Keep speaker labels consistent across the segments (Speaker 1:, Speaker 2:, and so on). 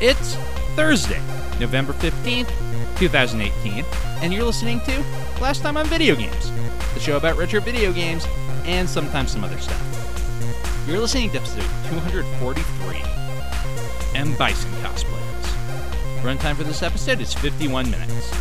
Speaker 1: It's Thursday, November 15th, 2018, and you're listening to Last Time on Video Games, the show about retro video games and sometimes some other stuff. You're listening to episode 243 M. Bison Cosplayers. Runtime for this episode is 51 minutes.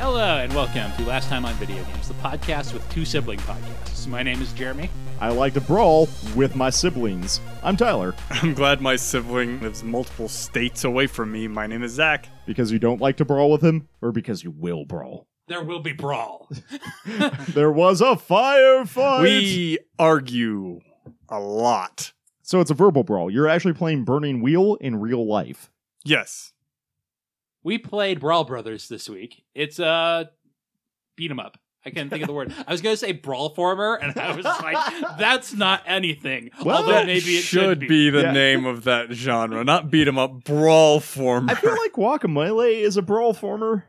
Speaker 1: Hello, and welcome to Last Time on Video Games, the podcast with two sibling podcasts. My name is Jeremy.
Speaker 2: I like to brawl with my siblings. I'm Tyler,
Speaker 3: I'm glad my sibling lives multiple states away from me. My name is Zach.
Speaker 2: because you don't like to brawl with him, or because you will brawl.
Speaker 1: There will be brawl.
Speaker 2: There was a firefight!
Speaker 3: We argue a lot.
Speaker 2: So it's a verbal brawl. You're actually playing Burning Wheel in real life.
Speaker 3: Yes.
Speaker 1: We played Brawl Brothers this week. It's uh, beat 'em up. I can't think of the word. I was gonna say brawl former, and I was like, that's not anything.
Speaker 2: Well,
Speaker 1: Although
Speaker 2: that
Speaker 1: maybe it
Speaker 3: should be the
Speaker 2: Yeah.
Speaker 3: name of that genre, not beat 'em up, brawl form.
Speaker 2: I feel like Guacamole is a brawl former.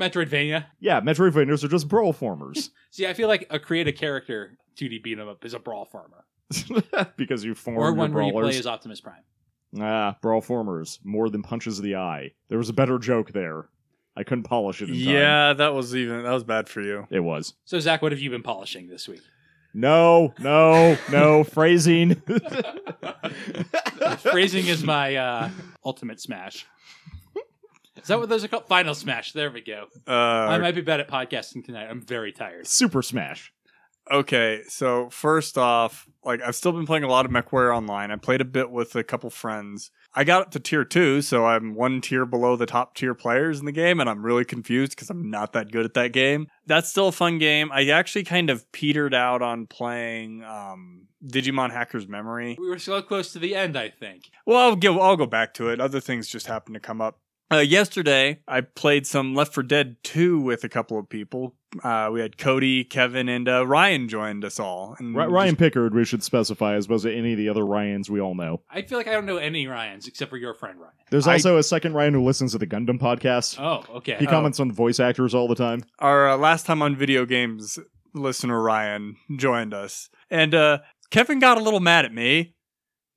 Speaker 1: Metroidvania.
Speaker 2: Yeah, Metroidvanias are just brawl formers.
Speaker 1: See, I feel like a create a character 2D beat 'em up is a brawl former,
Speaker 2: because you form
Speaker 1: or
Speaker 2: your
Speaker 1: one where you play
Speaker 2: brawlers.
Speaker 1: as Optimus Prime.
Speaker 2: ah, brawl formers. More than punches the eye. There was a better joke there. I couldn't polish it in time.
Speaker 3: yeah, that was even that was bad for you.
Speaker 2: It was.
Speaker 1: So, Zach, what have you been polishing this week?
Speaker 2: No, no, no, phrasing.
Speaker 1: Phrasing is my uh, ultimate smash. Is that what those are called? Final smash. There we go. I
Speaker 3: Uh,
Speaker 1: might be bad at podcasting tonight. I'm very tired.
Speaker 2: Super Smash.
Speaker 3: okay, so first off, like I've still been playing a lot of MechWarrior Online. I played a bit with a couple friends. I got up to tier two, so I'm one tier below the top tier players in the game, and I'm really confused because I'm not that good at that game. That's still a fun game. I actually kind of petered out on playing um, Digimon Hacker's Memory.
Speaker 1: We were so close to the end, I think.
Speaker 3: Well, I'll go. I'll go back to it. Other things just happened to come up. Uh, yesterday, I played some Left for Dead 2 with a couple of people. Uh, we had Cody, Kevin, and uh, Ryan joined us all. And
Speaker 2: Ry- Ryan Pickard, we should specify, as opposed to any of the other Ryans we all know.
Speaker 1: I feel like I don't know any Ryans except for your friend Ryan.
Speaker 2: There's
Speaker 3: I-
Speaker 2: also a second Ryan who listens to the Gundam podcast.
Speaker 1: Oh, okay.
Speaker 2: he comments on voice actors all the time.
Speaker 3: our uh, last time on video games listener Ryan joined us, and uh, Kevin got a little mad at me.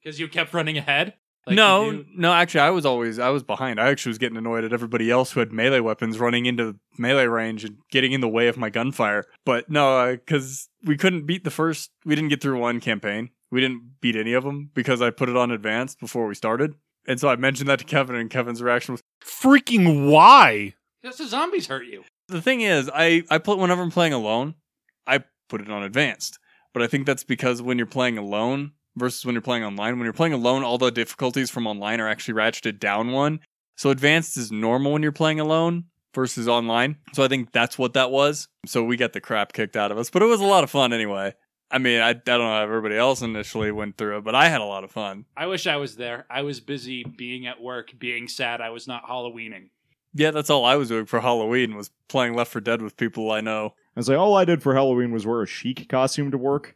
Speaker 1: Because you kept running ahead. Like
Speaker 3: no,
Speaker 1: you do-
Speaker 3: no, actually, I was always I was behind. I actually was getting annoyed at everybody else who had melee weapons running into melee range and getting in the way of my gunfire. But no, because we couldn't beat the first. We didn't get through one campaign. We didn't beat any of them because I put it on advanced before we started. And so I mentioned that to Kevin, and Kevin's reaction was.
Speaker 4: freaking why?
Speaker 1: That's the zombies hurt you.
Speaker 3: the thing is, I I put whenever I'm playing alone, I put it on advanced. But I think that's because when you're playing alone versus when you're playing online, when you're playing alone, all the difficulties from online are actually ratcheted down one. So advanced is normal when you're playing alone versus online. So I think that's what that was. So we got the crap kicked out of us, but it was a lot of fun anyway. I mean, I, I don't know how everybody else initially went through it, but I had a lot of fun.
Speaker 1: I wish I was there. I was busy being at work, being sad I was not Halloweening.
Speaker 3: Yeah, that's all I was doing for Halloween was playing Left for Dead with people I know.
Speaker 2: And so all I did for Halloween was wear a chic costume to work.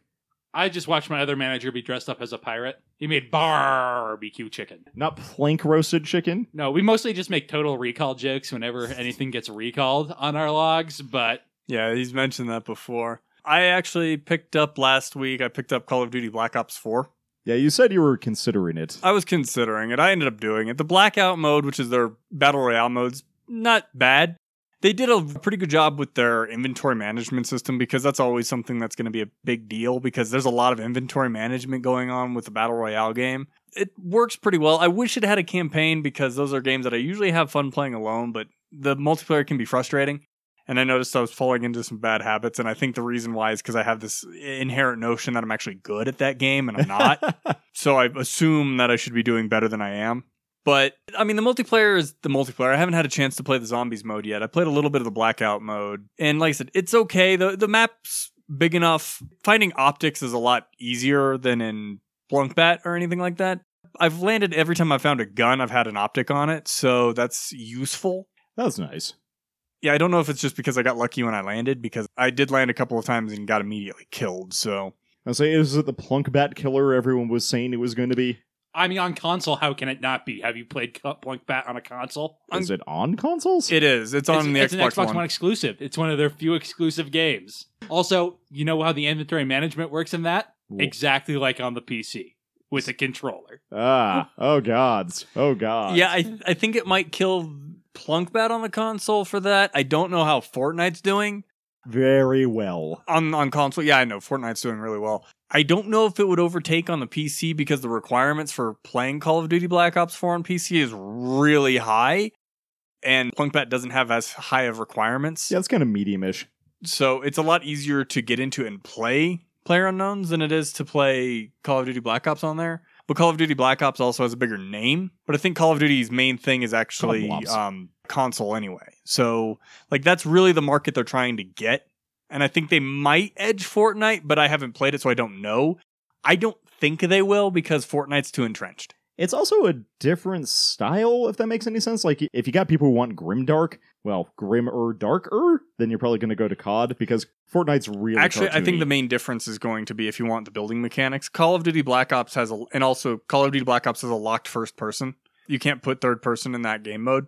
Speaker 1: I just watched my other manager be dressed up as a pirate. He made barbecue chicken.
Speaker 2: Not plank roasted chicken.
Speaker 1: No, we mostly just make total recall jokes whenever anything gets recalled on our logs, but
Speaker 3: Yeah, he's mentioned that before. I actually picked up last week, I picked up Call of Duty Black Ops 4.
Speaker 2: Yeah, you said you were considering it.
Speaker 3: I was considering it. I ended up doing it. The Blackout mode, which is their Battle Royale modes, not bad. They did a pretty good job with their inventory management system because that's always something that's going to be a big deal because there's a lot of inventory management going on with the Battle Royale game. It works pretty well. I wish it had a campaign because those are games that I usually have fun playing alone, but the multiplayer can be frustrating. And I noticed I was falling into some bad habits. And I think the reason why is because I have this inherent notion that I'm actually good at that game and I'm not so I assume that I should be doing better than I am. But I mean, the multiplayer is the multiplayer. I haven't had a chance to play the zombies mode yet. I played a little bit of the blackout mode, and like I said, it's okay. the The map's big enough. Finding optics is a lot easier than in Blunkbat or anything like that. I've landed every time I found a gun. I've had an optic on it, so that's useful.
Speaker 2: That's nice.
Speaker 3: Yeah, I don't know if it's just because I got lucky when I landed, because I did land a couple of times and got immediately killed. So
Speaker 2: I say, is it the plunk bat killer everyone was saying it was going to be?
Speaker 5: I mean, on console, how can it not be? Have you played Cut Blank Bat on a console?
Speaker 2: Is it on consoles?
Speaker 3: It is. It's on the
Speaker 5: it's, it's
Speaker 3: Xbox,
Speaker 5: an Xbox
Speaker 3: One.
Speaker 5: One. exclusive. It's one of their few exclusive games. Also, you know how the inventory management works in that?
Speaker 2: Wha-
Speaker 5: Exactly like on the PC with a controller.
Speaker 2: ah, oh gods, oh gods.
Speaker 3: Yeah, I I think it might kill Plunkbat on the console for that. I don't know how Fortnite's doing
Speaker 2: very well.
Speaker 3: on on console. Yeah, I know Fortnite's doing really well. I don't know if it would overtake on the PC because the requirements for playing Call of Duty Black Ops 4 on PC is really high, and Plunkbat doesn't have as high of requirements.
Speaker 2: Yeah, it's kind of medium-ish.
Speaker 3: So it's a lot easier to get into and play Player Unknowns than it is to play Call of Duty Black Ops on there. But Call of Duty Black Ops also has a bigger name. But I think Call of Duty's main thing is actually
Speaker 2: Call of Blops.
Speaker 3: um, console anyway. So like that's really the market they're trying to get. And I think they might edge Fortnite, but I haven't played it, so I don't know. I don't think they will because Fortnite's too entrenched.
Speaker 2: It's also a different style, if that makes any sense. Like, if you got people who want grimdark, well, grimmer, darker, then you're probably going to go to COD because Fortnite's really
Speaker 3: Actually, I think
Speaker 2: cartoony.
Speaker 3: the main difference is going to be if you want the building mechanics. Call of Duty Black Ops has a, and also Call of Duty Black Ops has a locked first person. You can't put third person in that game mode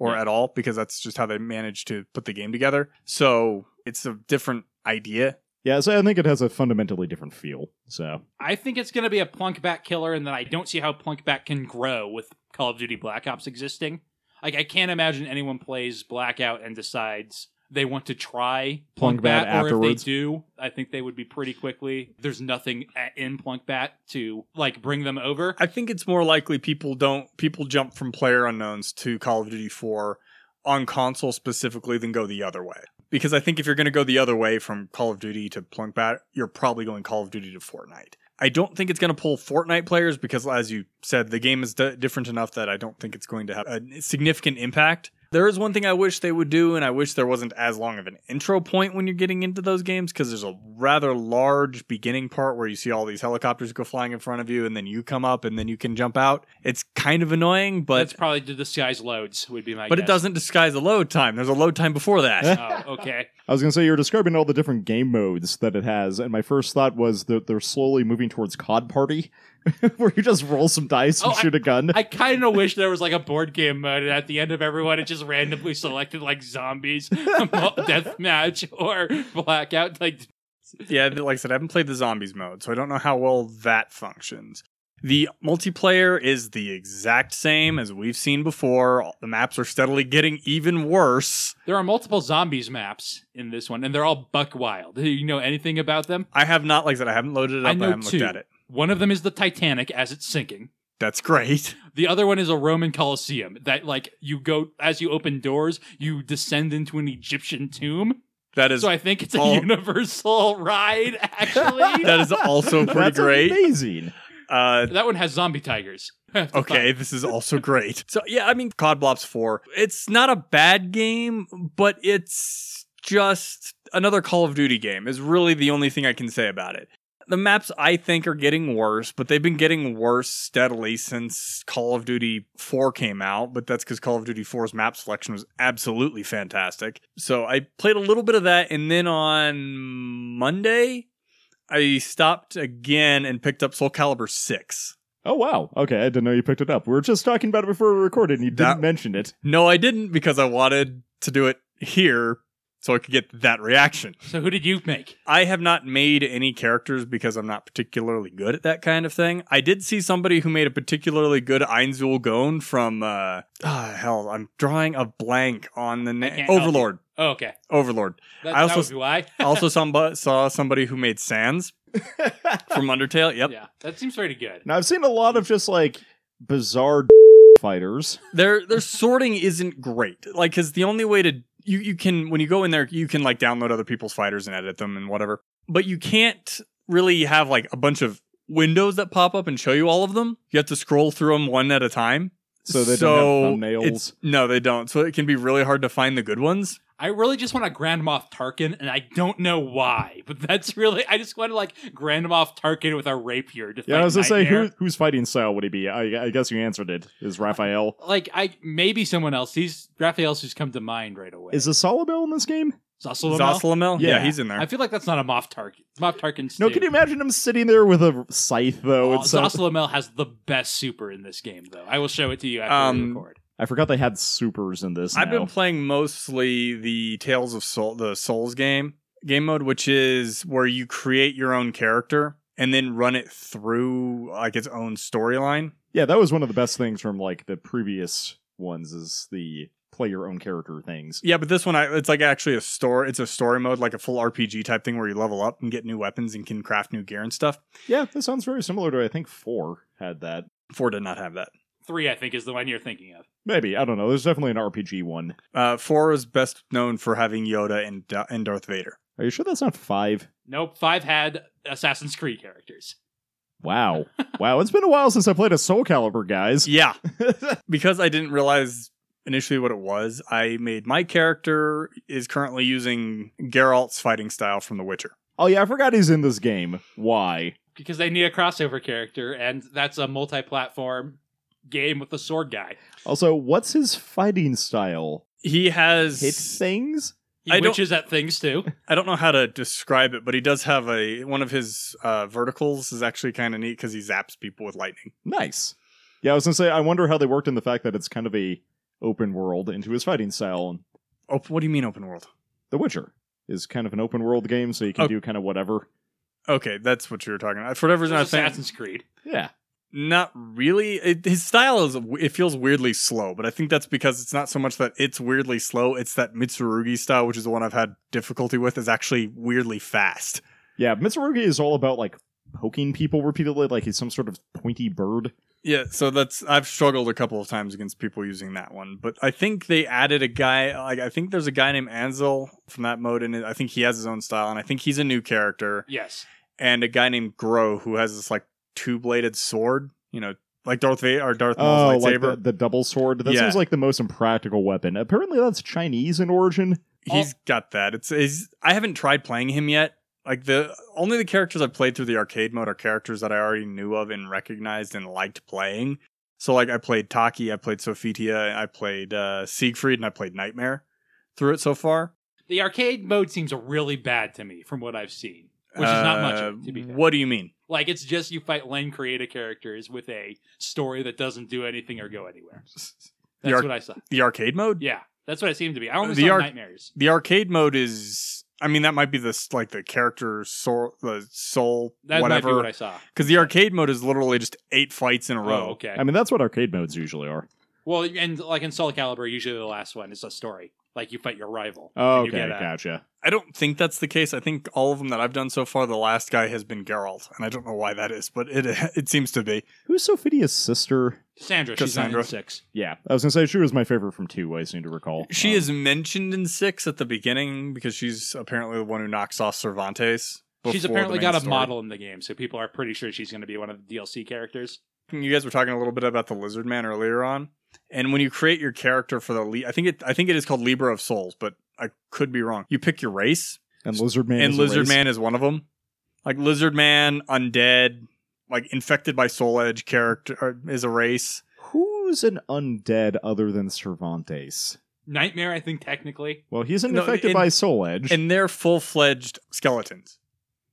Speaker 3: or
Speaker 1: Yeah.
Speaker 3: at all because that's just how they managed to put the game together. So it's a different idea.
Speaker 2: yeah. So I think it has a fundamentally different feel. So
Speaker 5: I think it's going to be a plunk back killer, and then I don't see how plunk back can grow with Call of Duty Black Ops existing. Like, I can't imagine anyone plays Blackout and decides they want to try plunk
Speaker 2: Plunk Bat
Speaker 5: back, or
Speaker 2: afterwards.
Speaker 5: if they do, I think they would be pretty quickly. There's nothing a- in plunk back to like bring them over.
Speaker 3: I think it's more likely people don't people jump from player unknowns to Call of Duty 4 on console specifically than go the other way. Because I think if you're going to go the other way from Call of Duty to Plunkbat, you're probably going Call of Duty to Fortnite. I don't think it's going to pull Fortnite players because, as you said, the game is d- different enough that I don't think it's going to have a significant impact. There is one thing I wish they would do, and I wish there wasn't as long of an intro point when you're getting into those games because there's a rather large beginning part where you see all these helicopters go flying in front of you, and then you come up and then you can jump out. It's kind of annoying, but
Speaker 5: That's probably to disguise loads would be my.
Speaker 3: but it
Speaker 5: guess.
Speaker 3: doesn't disguise a load time. There's a load time before that.
Speaker 5: Oh, okay.
Speaker 2: I was going to say you were describing all the different game modes that it has, and my first thought was that they're slowly moving towards COD Party, where you just roll some dice and
Speaker 5: Oh, I-
Speaker 2: shoot a gun.
Speaker 5: I kind of wish there was like a board game mode, and at the end of everyone, it just randomly selected like zombies, deathmatch, or blackout. Like,
Speaker 3: yeah, like I said, I haven't played the zombies mode, so I don't know how well that functions. The multiplayer is the exact same as we've seen before. The maps are steadily getting even worse.
Speaker 5: there are multiple zombies maps in this one, and they're all buck wild. Do you know anything about them?
Speaker 3: I have not, like I said, I haven't loaded it up.
Speaker 5: I
Speaker 3: I,
Speaker 5: know
Speaker 3: haven't
Speaker 5: two.
Speaker 3: looked at it.
Speaker 5: One of them is the Titanic as it's sinking.
Speaker 3: That's great.
Speaker 5: The other one is a Roman Colosseum that, like, you go as you open doors, you descend into an Egyptian tomb.
Speaker 3: That is
Speaker 5: So I think it's a
Speaker 3: all-
Speaker 5: universal ride. Actually,
Speaker 3: that is also pretty
Speaker 2: That's
Speaker 3: great.
Speaker 2: amazing.
Speaker 3: Uh,
Speaker 5: that one has zombie tigers.
Speaker 3: okay, this is also great. So yeah, I mean, COD Blops Four. It's not a bad game, but it's just another Call of Duty game. Is really the only thing I can say about it. The maps I think are getting worse, but they've been getting worse steadily since Call of Duty 4 came out. But that's because Call of Duty 4's map selection was absolutely fantastic. So I played a little bit of that, and then on Monday, I stopped again and picked up Soul Calibur 6.
Speaker 2: Oh wow. Okay, I didn't know you picked it up. We were just talking about it before we recorded, and you
Speaker 3: That-
Speaker 2: didn't mention it.
Speaker 3: No, I didn't because I wanted to do it here so I could get that reaction.
Speaker 5: So who did you make?
Speaker 3: I have not made any characters because I'm not particularly good at that kind of thing. I did see somebody who made a particularly good Einzul Gone from uh ah, hell, I'm drawing a blank on the name
Speaker 5: can't help
Speaker 3: Overlord.
Speaker 5: Oh, okay.
Speaker 3: Overlord.
Speaker 5: That,
Speaker 3: I also
Speaker 5: that would be why.
Speaker 3: I also somebo- saw somebody who made Sans from Undertale. Yep.
Speaker 5: Yeah, that seems pretty good.
Speaker 2: Now I've seen a lot of just like bizarre fighters.
Speaker 3: their their sorting isn't great. Like, cause the only way to you you can when you go in there, you can like download other people's fighters and edit them and whatever. But you can't really have like a bunch of windows that pop up and show you all of them. You have to scroll through them one at a time.
Speaker 2: So they
Speaker 3: So
Speaker 2: don't have thumbnails.
Speaker 3: it's- no, they don't. So it can be really hard to find the good ones.
Speaker 5: I really just want a Grand Moff Tarkin, and I don't know why, but that's really I just want to like Grand Moff Tarkin with a rapier. To
Speaker 2: Yeah, I
Speaker 5: fight
Speaker 2: was gonna say
Speaker 5: Nightmare.
Speaker 2: who whose fighting style would he be? I, I guess you answered it. Is Raphael?
Speaker 5: Like I maybe someone else. He's Raphael's who's come to mind right away.
Speaker 2: Is Asalabel in this game?
Speaker 5: Zoslamel?
Speaker 3: Zoslamel?
Speaker 2: Yeah.
Speaker 3: Yeah. he's in there.
Speaker 5: I feel like that's not a Moff Tarkin. Moff Tarkin's
Speaker 2: No,
Speaker 5: too.
Speaker 2: can you uh, imagine him sitting there with a scythe though?
Speaker 5: Oh,
Speaker 2: and stuff?
Speaker 5: Zoslamel has the best super in this game, though. I will show it to you after we
Speaker 3: Um,
Speaker 5: record.
Speaker 2: I forgot they had supers in this.
Speaker 3: I've
Speaker 2: now.
Speaker 3: been playing mostly the Tales of Soul, the Souls game game mode, which is where you create your own character and then run it through like its own storyline.
Speaker 2: Yeah, that was one of the best things from like the previous ones is the play your own character things.
Speaker 3: Yeah, but this one, I, it's like actually a story. It's a story mode, like a full RPG type thing where you level up and get new weapons and can craft new gear and stuff.
Speaker 2: Yeah, that sounds very similar to I think four had that.
Speaker 3: Four did not have that.
Speaker 5: Three, I think, is the one you're thinking of.
Speaker 2: Maybe I don't know. There's definitely an RPG one.
Speaker 3: Uh, Four is best known for having Yoda and Da- and Darth Vader.
Speaker 2: Are you sure that's not five?
Speaker 5: Nope, five had Assassin's Creed characters.
Speaker 2: Wow, wow! It's been a while since I played a Soul Calibur, guys.
Speaker 3: Yeah, because I didn't realize initially what it was, I made my character is currently using Geralt's fighting style from The Witcher.
Speaker 2: oh yeah, I forgot he's in this game. Why?
Speaker 5: because they need a crossover character, and that's a multi-platform game with the sword guy.
Speaker 2: Also, what's his fighting style?
Speaker 3: He has
Speaker 2: Hit things?
Speaker 5: He
Speaker 3: I don't-
Speaker 5: witches at things too.
Speaker 3: I don't know how to describe it, but he does have a one of his uh, verticals is actually kind of neat because he zaps people with lightning.
Speaker 2: Nice. Yeah, I was gonna say. I wonder how they worked in the fact that it's kind of a open world into his fighting style. And
Speaker 3: Oh, what do you mean open world?
Speaker 2: The Witcher is kind of an open world game, so you can
Speaker 3: Oh.
Speaker 2: do kind of whatever.
Speaker 3: Okay, that's what you were talking about. For whatever reason, I
Speaker 5: It's
Speaker 3: think
Speaker 5: Assassin's Creed.
Speaker 2: Yeah.
Speaker 3: not really. It, his style is it feels weirdly slow, but I think that's because it's not so much that it's weirdly slow; it's that Mitsurugi style, which is the one I've had difficulty with, is actually weirdly fast.
Speaker 2: Yeah, Mitsurugi is all about like poking people repeatedly like he's some sort of pointy bird.
Speaker 3: Yeah, so that's I've struggled a couple of times against people using that one, but I think they added a guy. Like I think there's a guy named Ansel from that mode, and I think he has his own style, and I think he's a new character,
Speaker 5: Yes,
Speaker 3: and a guy named Gro who has this like two bladed sword, you know, like Darth Vader or Darth
Speaker 2: Oh,
Speaker 3: Maul's
Speaker 2: like
Speaker 3: lightsaber.
Speaker 2: the, the double sword. That
Speaker 3: Yeah.
Speaker 2: seems like the most impractical weapon. Apparently that's Chinese in origin.
Speaker 3: He's got that. It's is I haven't tried playing him yet. Like the only the characters I've played through the arcade mode are characters that I already knew of and recognized and liked playing. So like I played Taki, I played Sofitia, I played uh, Siegfried, and I played Nightmare through it so far.
Speaker 5: the arcade mode seems really bad to me from what I've seen, which is not much. of it, to be fair.
Speaker 3: Uh, What do you mean?
Speaker 5: Like it's just you fight lane creator characters with a story that doesn't do anything or go anywhere.
Speaker 3: The
Speaker 5: That's
Speaker 3: arc-
Speaker 5: what I saw.
Speaker 3: The arcade mode?
Speaker 5: Yeah, that's what it seemed to be. I only
Speaker 3: The
Speaker 5: saw
Speaker 3: arc-
Speaker 5: nightmares.
Speaker 3: The arcade mode is. I mean, that might be this like the character soul, the soul,
Speaker 5: That might be what
Speaker 3: whatever.
Speaker 5: I saw.
Speaker 3: Because the arcade mode is literally just eight fights in a row.
Speaker 5: Oh, okay.
Speaker 2: I mean that's what arcade modes usually are.
Speaker 5: well, and like in Soul Calibur, usually the last one is a story. Like you fight your rival.
Speaker 2: Oh,
Speaker 5: and you
Speaker 2: okay,
Speaker 5: get a-
Speaker 2: gotcha.
Speaker 3: I don't think that's the case. I think all of them that I've done so far, the last guy has been Geralt, and I don't know why that is, but it it seems to be.
Speaker 2: Who's Sophidia's sister?
Speaker 5: Sandra, she's not in
Speaker 3: Cassandra.
Speaker 5: six.
Speaker 2: Yeah, I was gonna say she was my favorite from two. I seem to recall
Speaker 3: She
Speaker 2: Um,
Speaker 3: is mentioned in six at the beginning because she's apparently the one who knocks off Cervantes.
Speaker 5: She's
Speaker 3: before the
Speaker 5: apparently
Speaker 3: main
Speaker 5: got a
Speaker 3: story.
Speaker 5: model in the game, so people are pretty sure she's going to be one of the DLC characters.
Speaker 3: You guys were talking a little bit about the Lizard Man earlier on, and when you create your character for the, le- I think it, I think it is called Libra of Souls, but I could be wrong. You pick your race,
Speaker 2: and Lizard Man
Speaker 3: and
Speaker 2: is a
Speaker 3: Lizard
Speaker 2: race.
Speaker 3: Man is one of them. Like Lizard Man, undead, like infected by Soul Edge character or is a race.
Speaker 2: Who's an undead other than Cervantes?
Speaker 5: Nightmare, I think, technically.
Speaker 2: Well, he's
Speaker 3: No,
Speaker 2: infected
Speaker 3: and-
Speaker 2: by Soul Edge.
Speaker 3: and they're full fledged skeletons.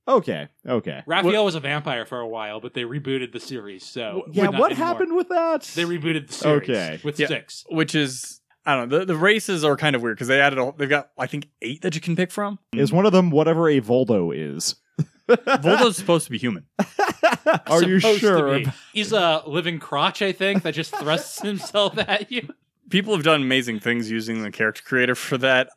Speaker 2: okay, okay.
Speaker 5: Raphael was a vampire for a while, but they rebooted the series, so
Speaker 3: Wh-
Speaker 2: Yeah,
Speaker 5: Not
Speaker 2: what
Speaker 5: anymore.
Speaker 2: happened with that?
Speaker 5: They rebooted the series
Speaker 2: Okay.
Speaker 5: with
Speaker 3: Yeah.
Speaker 5: six.
Speaker 3: Which is I don't know. The, the races are kind of weird because they added a, they've got I think eight that you can pick from.
Speaker 2: is one of them whatever a Voldo is?
Speaker 3: Voldo's supposed to be human.
Speaker 2: Are you
Speaker 5: Supposed to
Speaker 2: sure?
Speaker 5: be. He's a living crotch, I think, that just thrusts himself at you.
Speaker 3: People have done amazing things using the character creator for that.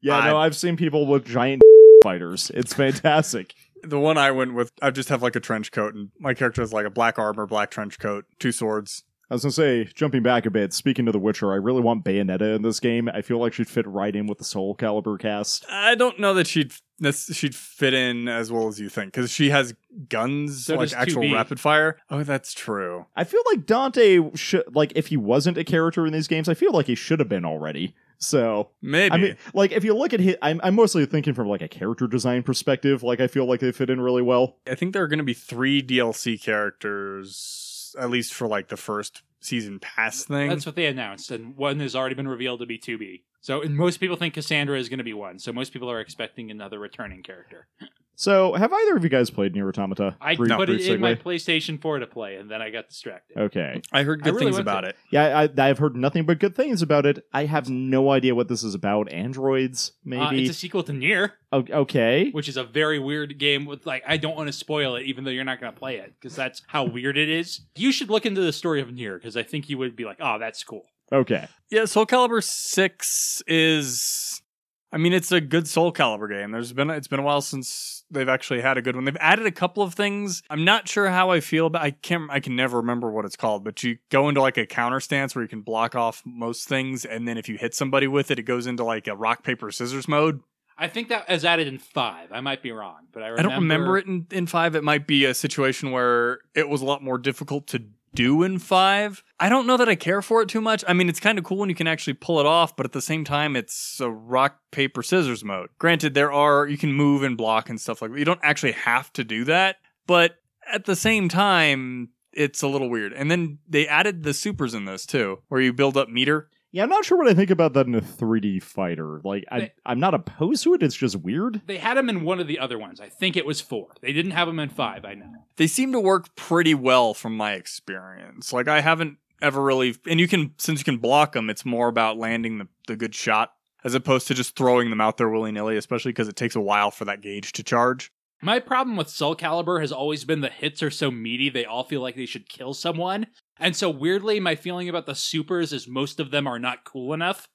Speaker 2: Yeah, no,
Speaker 3: I-
Speaker 2: I've seen people with giant fighters. It's fantastic.
Speaker 3: The one I went with, I just have like a trench coat, and my character has like a black armor, black trench coat, two swords.
Speaker 2: I was gonna say, jumping back a bit, speaking to The Witcher, I really want Bayonetta in this game. I feel like she'd fit right in with the Soul Calibur cast.
Speaker 3: I don't know that she'd that's, she'd fit in as well as you think because she has guns
Speaker 5: So
Speaker 3: like
Speaker 5: does
Speaker 3: actual
Speaker 5: 2B.
Speaker 3: rapid fire. Oh, that's true.
Speaker 2: I feel like Dante should like if he wasn't a character in these games, I feel like he should have been already. So
Speaker 3: Maybe
Speaker 2: I mean, like if you look at his, I'm, I'm mostly thinking from like a character design perspective. Like I feel like they fit in really well.
Speaker 3: I think there are going to be three DLC characters, at least for like the first season pass thing.
Speaker 5: That's what they announced, and one has already been revealed to be 2B. So, and most people think Cassandra is going to be one. So, most people are expecting another returning character.
Speaker 2: So, have either of you guys played Nier Automata?
Speaker 5: I
Speaker 2: Brief-
Speaker 5: put
Speaker 2: brief
Speaker 5: it in
Speaker 2: segue.
Speaker 5: my PlayStation 4 to play, and then I got distracted.
Speaker 2: Okay.
Speaker 3: I heard
Speaker 5: I
Speaker 3: good
Speaker 5: really
Speaker 3: things
Speaker 5: want
Speaker 3: about
Speaker 5: to-
Speaker 3: it.
Speaker 2: Yeah, I, I've heard nothing but good things about it. I have no idea what this is about. Androids,
Speaker 5: Uh,
Speaker 2: maybe.
Speaker 5: it's a sequel to Nier,
Speaker 2: O- okay.
Speaker 5: which is a very weird game. With like, I don't want to spoil it, even though you're not going to play it, because that's how weird it is. You should look into the story of Nier, because I think you would be like, "Oh, that's cool."
Speaker 2: Okay.
Speaker 3: Yeah, Soul Calibur Six is. I mean, it's a good Soul Calibur game. There's been it's been a while since they've actually had a good one. They've added a couple of things. I'm not sure how I feel about. I can't. I can never remember what it's called. But you go into like a counter stance where you can block off most things, and then if you hit somebody with it, it goes into like a rock paper scissors mode.
Speaker 5: I think that is added in five. I might be wrong, but I,
Speaker 3: I don't remember it in, in five. It might be a situation where it was a lot more difficult to do in five. I don't know that I care for it too much. I mean, it's kind of cool when you can actually pull it off, but at the same time, it's a rock, paper, scissors mode. Granted, there are, you can move and block and stuff like that. You don't actually have to do that, but at the same time, it's a little weird. And then they added the supers in this too, where you build up meter.
Speaker 2: Yeah, I'm not sure what I think about that in a 3D fighter. Like, I,
Speaker 5: They-
Speaker 2: I'm not opposed to it. It's just weird.
Speaker 5: They had them in one of the other ones. I think it was four. They didn't have them in five. I know.
Speaker 3: they seem to work pretty well from my experience. Like I haven't ever really, and you can since you can block them, it's more about landing the, the good shot as opposed to just throwing them out there willy nilly. Especially because it takes a while for that gauge to charge.
Speaker 5: My problem with Soul Calibur has always been the hits are so meaty, they all feel like they should kill someone. And so, weirdly, my feeling about the supers is most of them are not cool enough.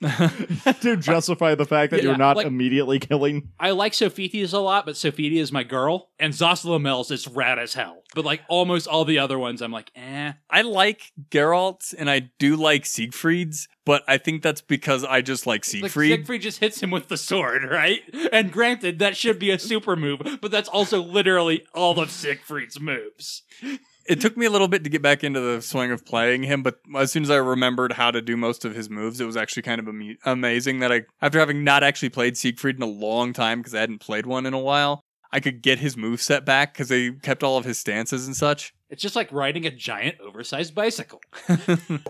Speaker 2: to justify the fact that
Speaker 5: Yeah,
Speaker 2: you're not
Speaker 5: like-
Speaker 2: immediately killing.
Speaker 5: I like Sophites a lot, but Sophita is my girl, and Zoslomel's is rad as hell. But like almost all the other ones, I'm like, eh.
Speaker 3: I like Geralt's and I do like Siegfried's, but I think that's because I just like
Speaker 5: Like
Speaker 3: Siegfried.
Speaker 5: Siegfried just hits him with the sword, right? And granted, that should be a super move, but that's also literally all of Siegfried's moves.
Speaker 3: it took me a little bit to get back into the swing of playing him, but as soon as I remembered how to do most of his moves, it was actually kind of amu- amazing that I, after having not actually played Siegfried in a long time because I hadn't played one in a while, I could get his move set back because they kept all of his stances and such.
Speaker 5: It's just like riding a giant oversized bicycle.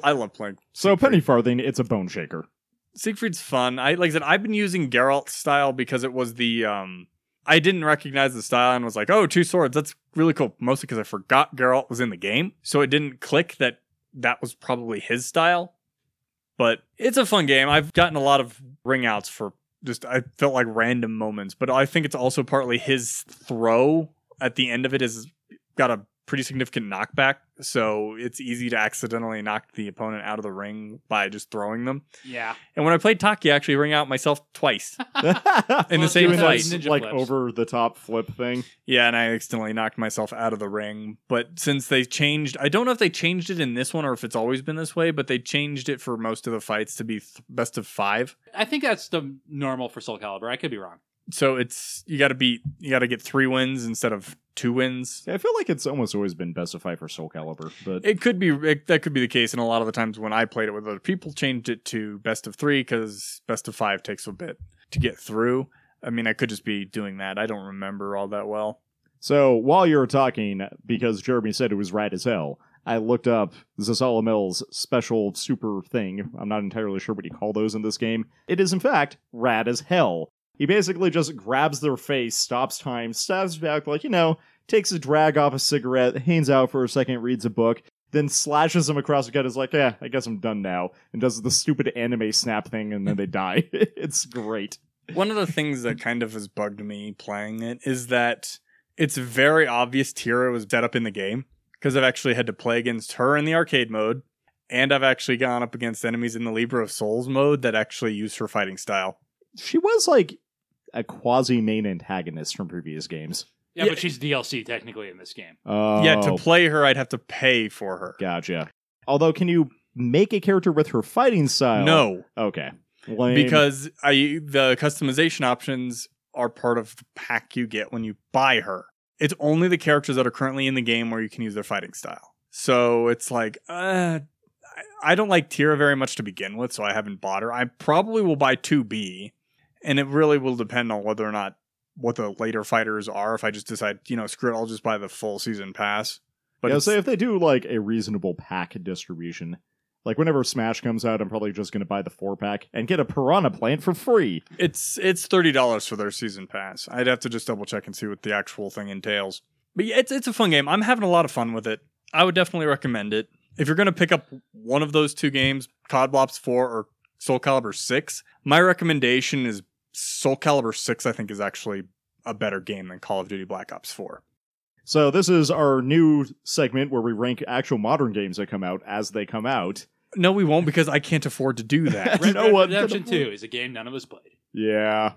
Speaker 3: I love playing.
Speaker 2: So, penny farthing, it's a bone shaker.
Speaker 3: Siegfried's fun. I like I said I've been using Geralt's style because it was the um I didn't recognize the style and was like, "Oh, two swords. That's really cool." Mostly because I forgot Geralt was in the game, so it didn't click that that was probably his style. But it's a fun game. I've gotten a lot of ringouts for just I felt like random moments, but I think it's also partly his throw at the end of it is got a pretty significant knockback, so it's easy to accidentally knock the opponent out of the ring by just throwing them.
Speaker 5: Yeah.
Speaker 3: And when I played Taki, I actually ring out myself twice in
Speaker 5: Well,
Speaker 3: the
Speaker 5: it's
Speaker 3: same
Speaker 5: doing
Speaker 3: flight.
Speaker 5: those ninja
Speaker 2: like
Speaker 5: flips.
Speaker 2: over the top flip thing.
Speaker 3: Yeah, and I accidentally knocked myself out of the ring. But since they changed, I don't know if they changed it in this one or if it's always been this way, but they changed it for most of the fights to be th- best of five.
Speaker 5: I think that's the normal for Soul Calibur. I could be wrong.
Speaker 3: So it's you got to beat, you got to get three wins instead of two wins.
Speaker 2: Yeah, I feel like it's almost always been best of five for Soul Calibur, but
Speaker 3: It could be it, that could be the case, and a lot of the times when I played it with other people, changed it to best of three because best of five takes a bit to get through. I mean, I could just be doing that. I don't remember all that well.
Speaker 2: So while you were talking, because Jeremy said it was rad as hell, I looked up Zasala Mill's special super thing. I'm not entirely sure what you call those in this game. It is, in fact, rad as hell. He basically just grabs their face, stops time, stabs back, like, you know, takes a drag off a cigarette, hangs out for a second, reads a book, then slashes them across the gut, is like, yeah, I guess I'm done now, and does the stupid anime snap thing, and then they die. it's great.
Speaker 3: One of the things that kind of has bugged me playing it is that it's very obvious Tira was dead up in the game because I've actually had to play against her in the arcade mode, and I've actually gone up against enemies in the Libra of Souls mode that actually use her fighting style.
Speaker 2: She was like a quasi main antagonist from previous games.
Speaker 5: Yeah,
Speaker 3: Yeah.
Speaker 5: but she's DLC technically in this game.
Speaker 2: Oh,
Speaker 3: Yeah, to play her, I'd have to pay for her.
Speaker 2: Gotcha. Although, can you make a character with her fighting style?
Speaker 3: No,
Speaker 2: Okay. Lame.
Speaker 3: because I the customization options are part of the pack you get when you buy her. It's only the characters that are currently in the game where you can use their fighting style. So it's like, uh, I- I don't like Tira very much to begin with, so I haven't bought her. I probably will buy 2B, and it really will depend on whether or not what the later fighters are. If I just decide, you know, screw it, I'll just buy the full season pass. But
Speaker 2: yeah,
Speaker 3: it's-
Speaker 2: so if they do like a reasonable pack distribution, Like whenever Smash comes out, I'm probably just going to buy the four pack and get a piranha plant for free.
Speaker 3: It's it's thirty dollars for their season pass. I'd have to just double check and see what the actual thing entails. But yeah, it's it's a fun game. I'm having a lot of fun with it. I would definitely recommend it. If you're gonna pick up one of those two games, COD Blops Four or Soul Calibur Six, my recommendation is Soul Calibur Six. I think is actually a better game than Call of Duty Black Ops Four.
Speaker 2: So this is our new segment where we rank actual modern games that come out as they come out.
Speaker 3: No, we won't because I can't afford to do that.
Speaker 2: Right.
Speaker 5: Red
Speaker 2: No
Speaker 5: Dead
Speaker 2: one could
Speaker 5: Redemption
Speaker 2: afford-
Speaker 5: 2 is a game none of us played.
Speaker 2: Yeah.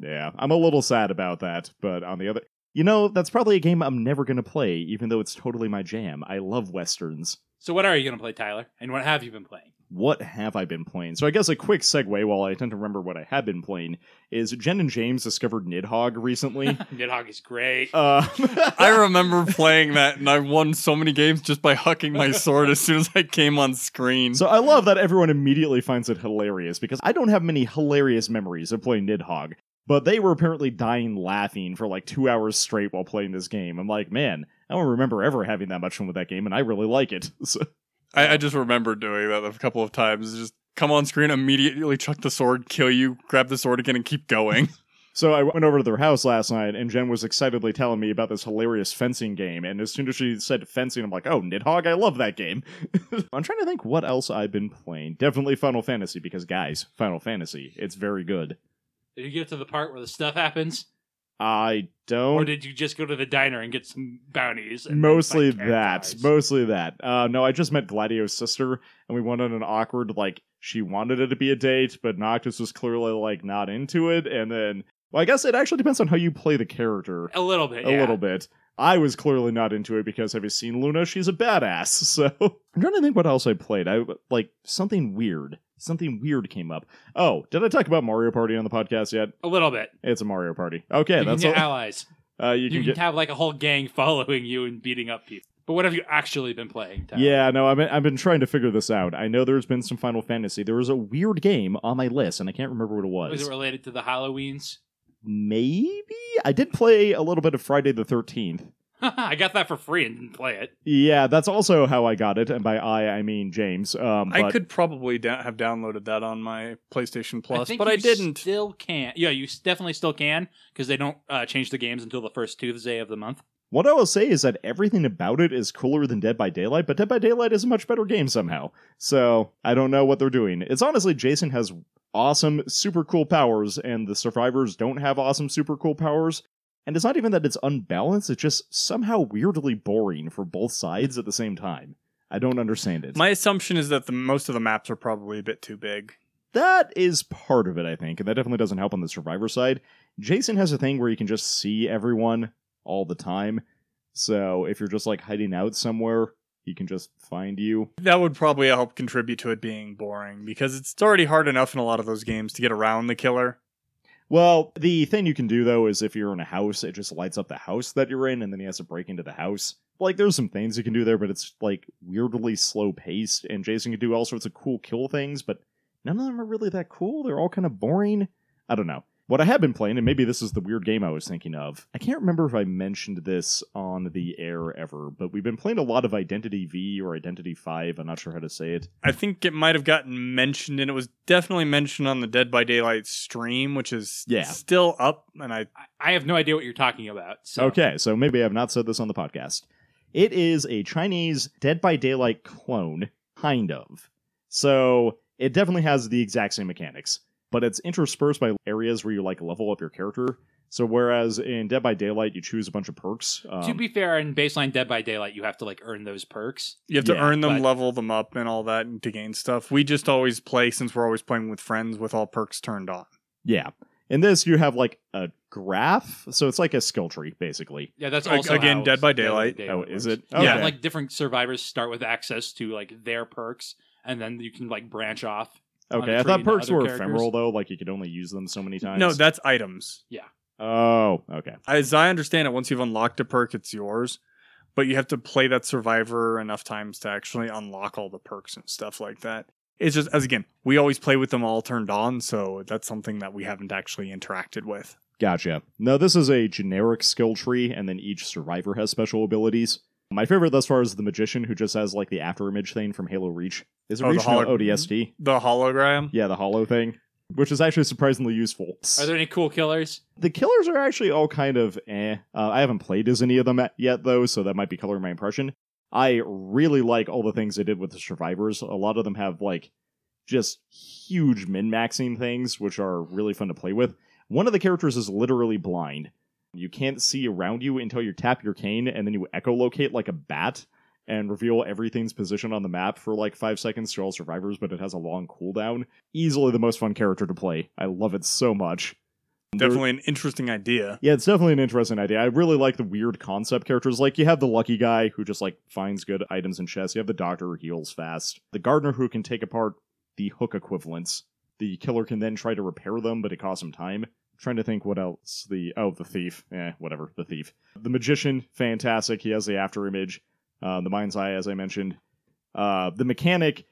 Speaker 2: Yeah. I'm a little sad about that, but on the other you know, that's probably a game I'm never gonna play, even though it's totally my jam. I love westerns.
Speaker 5: So what are you going to play, Tyler? And what have you been playing?
Speaker 2: What have I been playing? So I guess a quick segue while I tend to remember what I have been playing is Jen and James discovered Nidhogg recently.
Speaker 5: Nidhogg is great.
Speaker 2: uh,
Speaker 3: I remember playing that and I won so many games just by hucking my sword as soon as I came on screen.
Speaker 2: So I love that everyone immediately finds it hilarious because I don't have many hilarious memories of playing Nidhogg, but they were apparently dying laughing for like two hours straight while playing this game. I'm like, man, I don't remember ever having that much fun with that game, and I really like it. So,
Speaker 3: I, I just remember doing that a couple of times. Just come on screen, immediately chuck the sword, kill you, grab the sword again, and keep going.
Speaker 2: so I went over to their house last night, and Jen was excitedly telling me about this hilarious fencing game. And as soon as she said fencing, I'm like, oh, Nidhogg, I love that game. I'm trying to think what else I've been playing. Definitely Final Fantasy because guys, Final Fantasy, it's very good.
Speaker 5: Did you get to the part where the stuff happens?
Speaker 2: I don't.
Speaker 5: Or did you just go to the diner and get some bounties? and then
Speaker 2: mostly
Speaker 5: fight
Speaker 2: that
Speaker 5: vampires?
Speaker 2: mostly that uh no i just met gladio's sister and we went on an awkward like she wanted it to be a date but noctis was clearly like not into it and then well i guess it actually depends on how you play the character
Speaker 5: a little bit.
Speaker 2: a little bit i was clearly not into it because have you seen luna she's a badass so i'm trying to think what else i played i like something weird something weird came up oh did i talk about mario party on the podcast yet
Speaker 5: A little bit.
Speaker 2: it's a mario party okay
Speaker 5: you
Speaker 2: that's
Speaker 5: can get
Speaker 2: all
Speaker 5: allies.
Speaker 2: uh, you,
Speaker 5: You,
Speaker 2: can
Speaker 5: can,
Speaker 2: get
Speaker 5: have like a whole gang following you and beating up people. But what have you actually been playing? Tyler?
Speaker 2: Yeah, no, I've been, I've been trying to figure this out. I know there's been some Final Fantasy. There was a weird game on my list, and I can't remember what it was.
Speaker 5: Was it related to the Halloweens?
Speaker 2: Maybe? I did play a little bit of Friday the 13th.
Speaker 5: I got that for free and didn't play it.
Speaker 2: Yeah, that's also how I got it, and by I, I mean James. Um,
Speaker 3: I
Speaker 2: but-
Speaker 3: could probably da- have downloaded that on my PlayStation Plus,
Speaker 5: think
Speaker 3: but I
Speaker 5: you
Speaker 3: didn't.
Speaker 5: Still can. Yeah, you s- definitely still can because they don't uh, change the games until the first Tuesday of the month.
Speaker 2: What I will say is that everything about it is cooler than Dead by Daylight, but Dead by Daylight is a much better game somehow. So I don't know what they're doing. It's honestly, Jason has awesome, super cool powers, and the survivors don't have awesome, super cool powers. And it's not even that it's unbalanced, it's just somehow weirdly boring for both sides at the same time. I don't understand it.
Speaker 3: My assumption is that the most of the maps are probably a bit too big.
Speaker 2: that is part of it, I think, and that definitely doesn't help on the survivor side. Jason has a thing where you can just see everyone all the time. So if you're just like hiding out somewhere, he can just find you.
Speaker 3: That would probably help contribute to it being boring because it's already hard enough in a lot of those games to get around the killer.
Speaker 2: Well, the thing you can do though is if you're in a house, it just lights up the house that you're in, and then he has to break into the house. Like there's some things you can do there, but it's like weirdly slow paced, and Jason can do all sorts of cool kill things, but none of them are really that cool. They're all kind of boring. I don't know. What I have been playing, and maybe this is the weird game I was thinking of. I can't remember if I mentioned this on the air ever, but we've been playing a lot of Identity V or Identity 5. I'm not sure how to say it.
Speaker 3: I think it might have gotten mentioned, and it was definitely mentioned on the Dead by Daylight stream, which is
Speaker 2: Yeah.
Speaker 3: still up. And I
Speaker 5: I, I have no idea what you're talking about. So
Speaker 2: Okay, so maybe I've not said this on the podcast. It is a Chinese Dead by Daylight clone, kind of. So it definitely has the exact same mechanics, but it's interspersed by areas where you like level up your character. So whereas in Dead by Daylight you choose a bunch of perks, um,
Speaker 5: to be fair, in baseline Dead by Daylight, you have to like earn those perks.
Speaker 3: You have to
Speaker 2: Yeah,
Speaker 3: earn them,
Speaker 5: but-
Speaker 3: level them up, and all that and to gain stuff. We just always play since we're always playing with friends with all perks turned on.
Speaker 2: yeah. In this you have like a graph, so it's like a skill tree basically.
Speaker 5: Yeah, that's
Speaker 3: Ag-
Speaker 5: also
Speaker 3: again,
Speaker 5: how
Speaker 3: Dead by Daylight.
Speaker 2: Oh, is
Speaker 5: works.
Speaker 2: it? Okay.
Speaker 5: Yeah, like different survivors start with access to like their perks, and then you can like branch off. on
Speaker 2: Okay,
Speaker 5: a
Speaker 2: I
Speaker 5: tree
Speaker 2: thought
Speaker 5: and to
Speaker 2: perks
Speaker 5: other
Speaker 2: were
Speaker 5: characters.
Speaker 2: ephemeral though, like you could only use them so many times.
Speaker 3: No, that's items.
Speaker 2: oh, okay.
Speaker 3: As I understand it, once you've unlocked a perk, it's yours. But you have to play that survivor enough times to actually unlock all the perks and stuff like that. It's just as again, we always play with them all turned on, so that's something that we haven't actually interacted with.
Speaker 2: Gotcha. No, this is a generic skill tree, and then each survivor has special abilities. My favorite thus far is the magician who just has like the after image thing from Halo Reach. Is it
Speaker 3: Oh, the
Speaker 2: Reach? No,
Speaker 3: holo-
Speaker 2: ODST.
Speaker 3: The hologram.
Speaker 2: Yeah, the hollow thing, which is actually surprisingly useful.
Speaker 5: Are there any cool killers?
Speaker 2: The killers are actually all kind of eh. Uh, I haven't played as any of them yet, though, so that might be coloring my impression. I really like all the things they did with the survivors. A lot of them have like just huge min maxing things, which are really fun to play with. One of the characters is literally blind. You can't see around you until you tap your cane, and then you echolocate like a bat and reveal everything's position on the map for like five seconds to all survivors, but it has a long cooldown. Easily the most fun character to play. I love it so much. There-
Speaker 3: Definitely an interesting idea.
Speaker 2: yeah, it's definitely an interesting idea. I really like the weird concept characters. Like you have the lucky guy who just like finds good items in chests. You have the doctor who heals fast. The gardener who can take apart the hook equivalents. The killer can then try to repair them, but it costs him time. trying to think what else. The oh, the thief. Eh, whatever. The thief. The magician, fantastic. He has the after image. Uh, the mind's eye, as I mentioned. Uh, the mechanic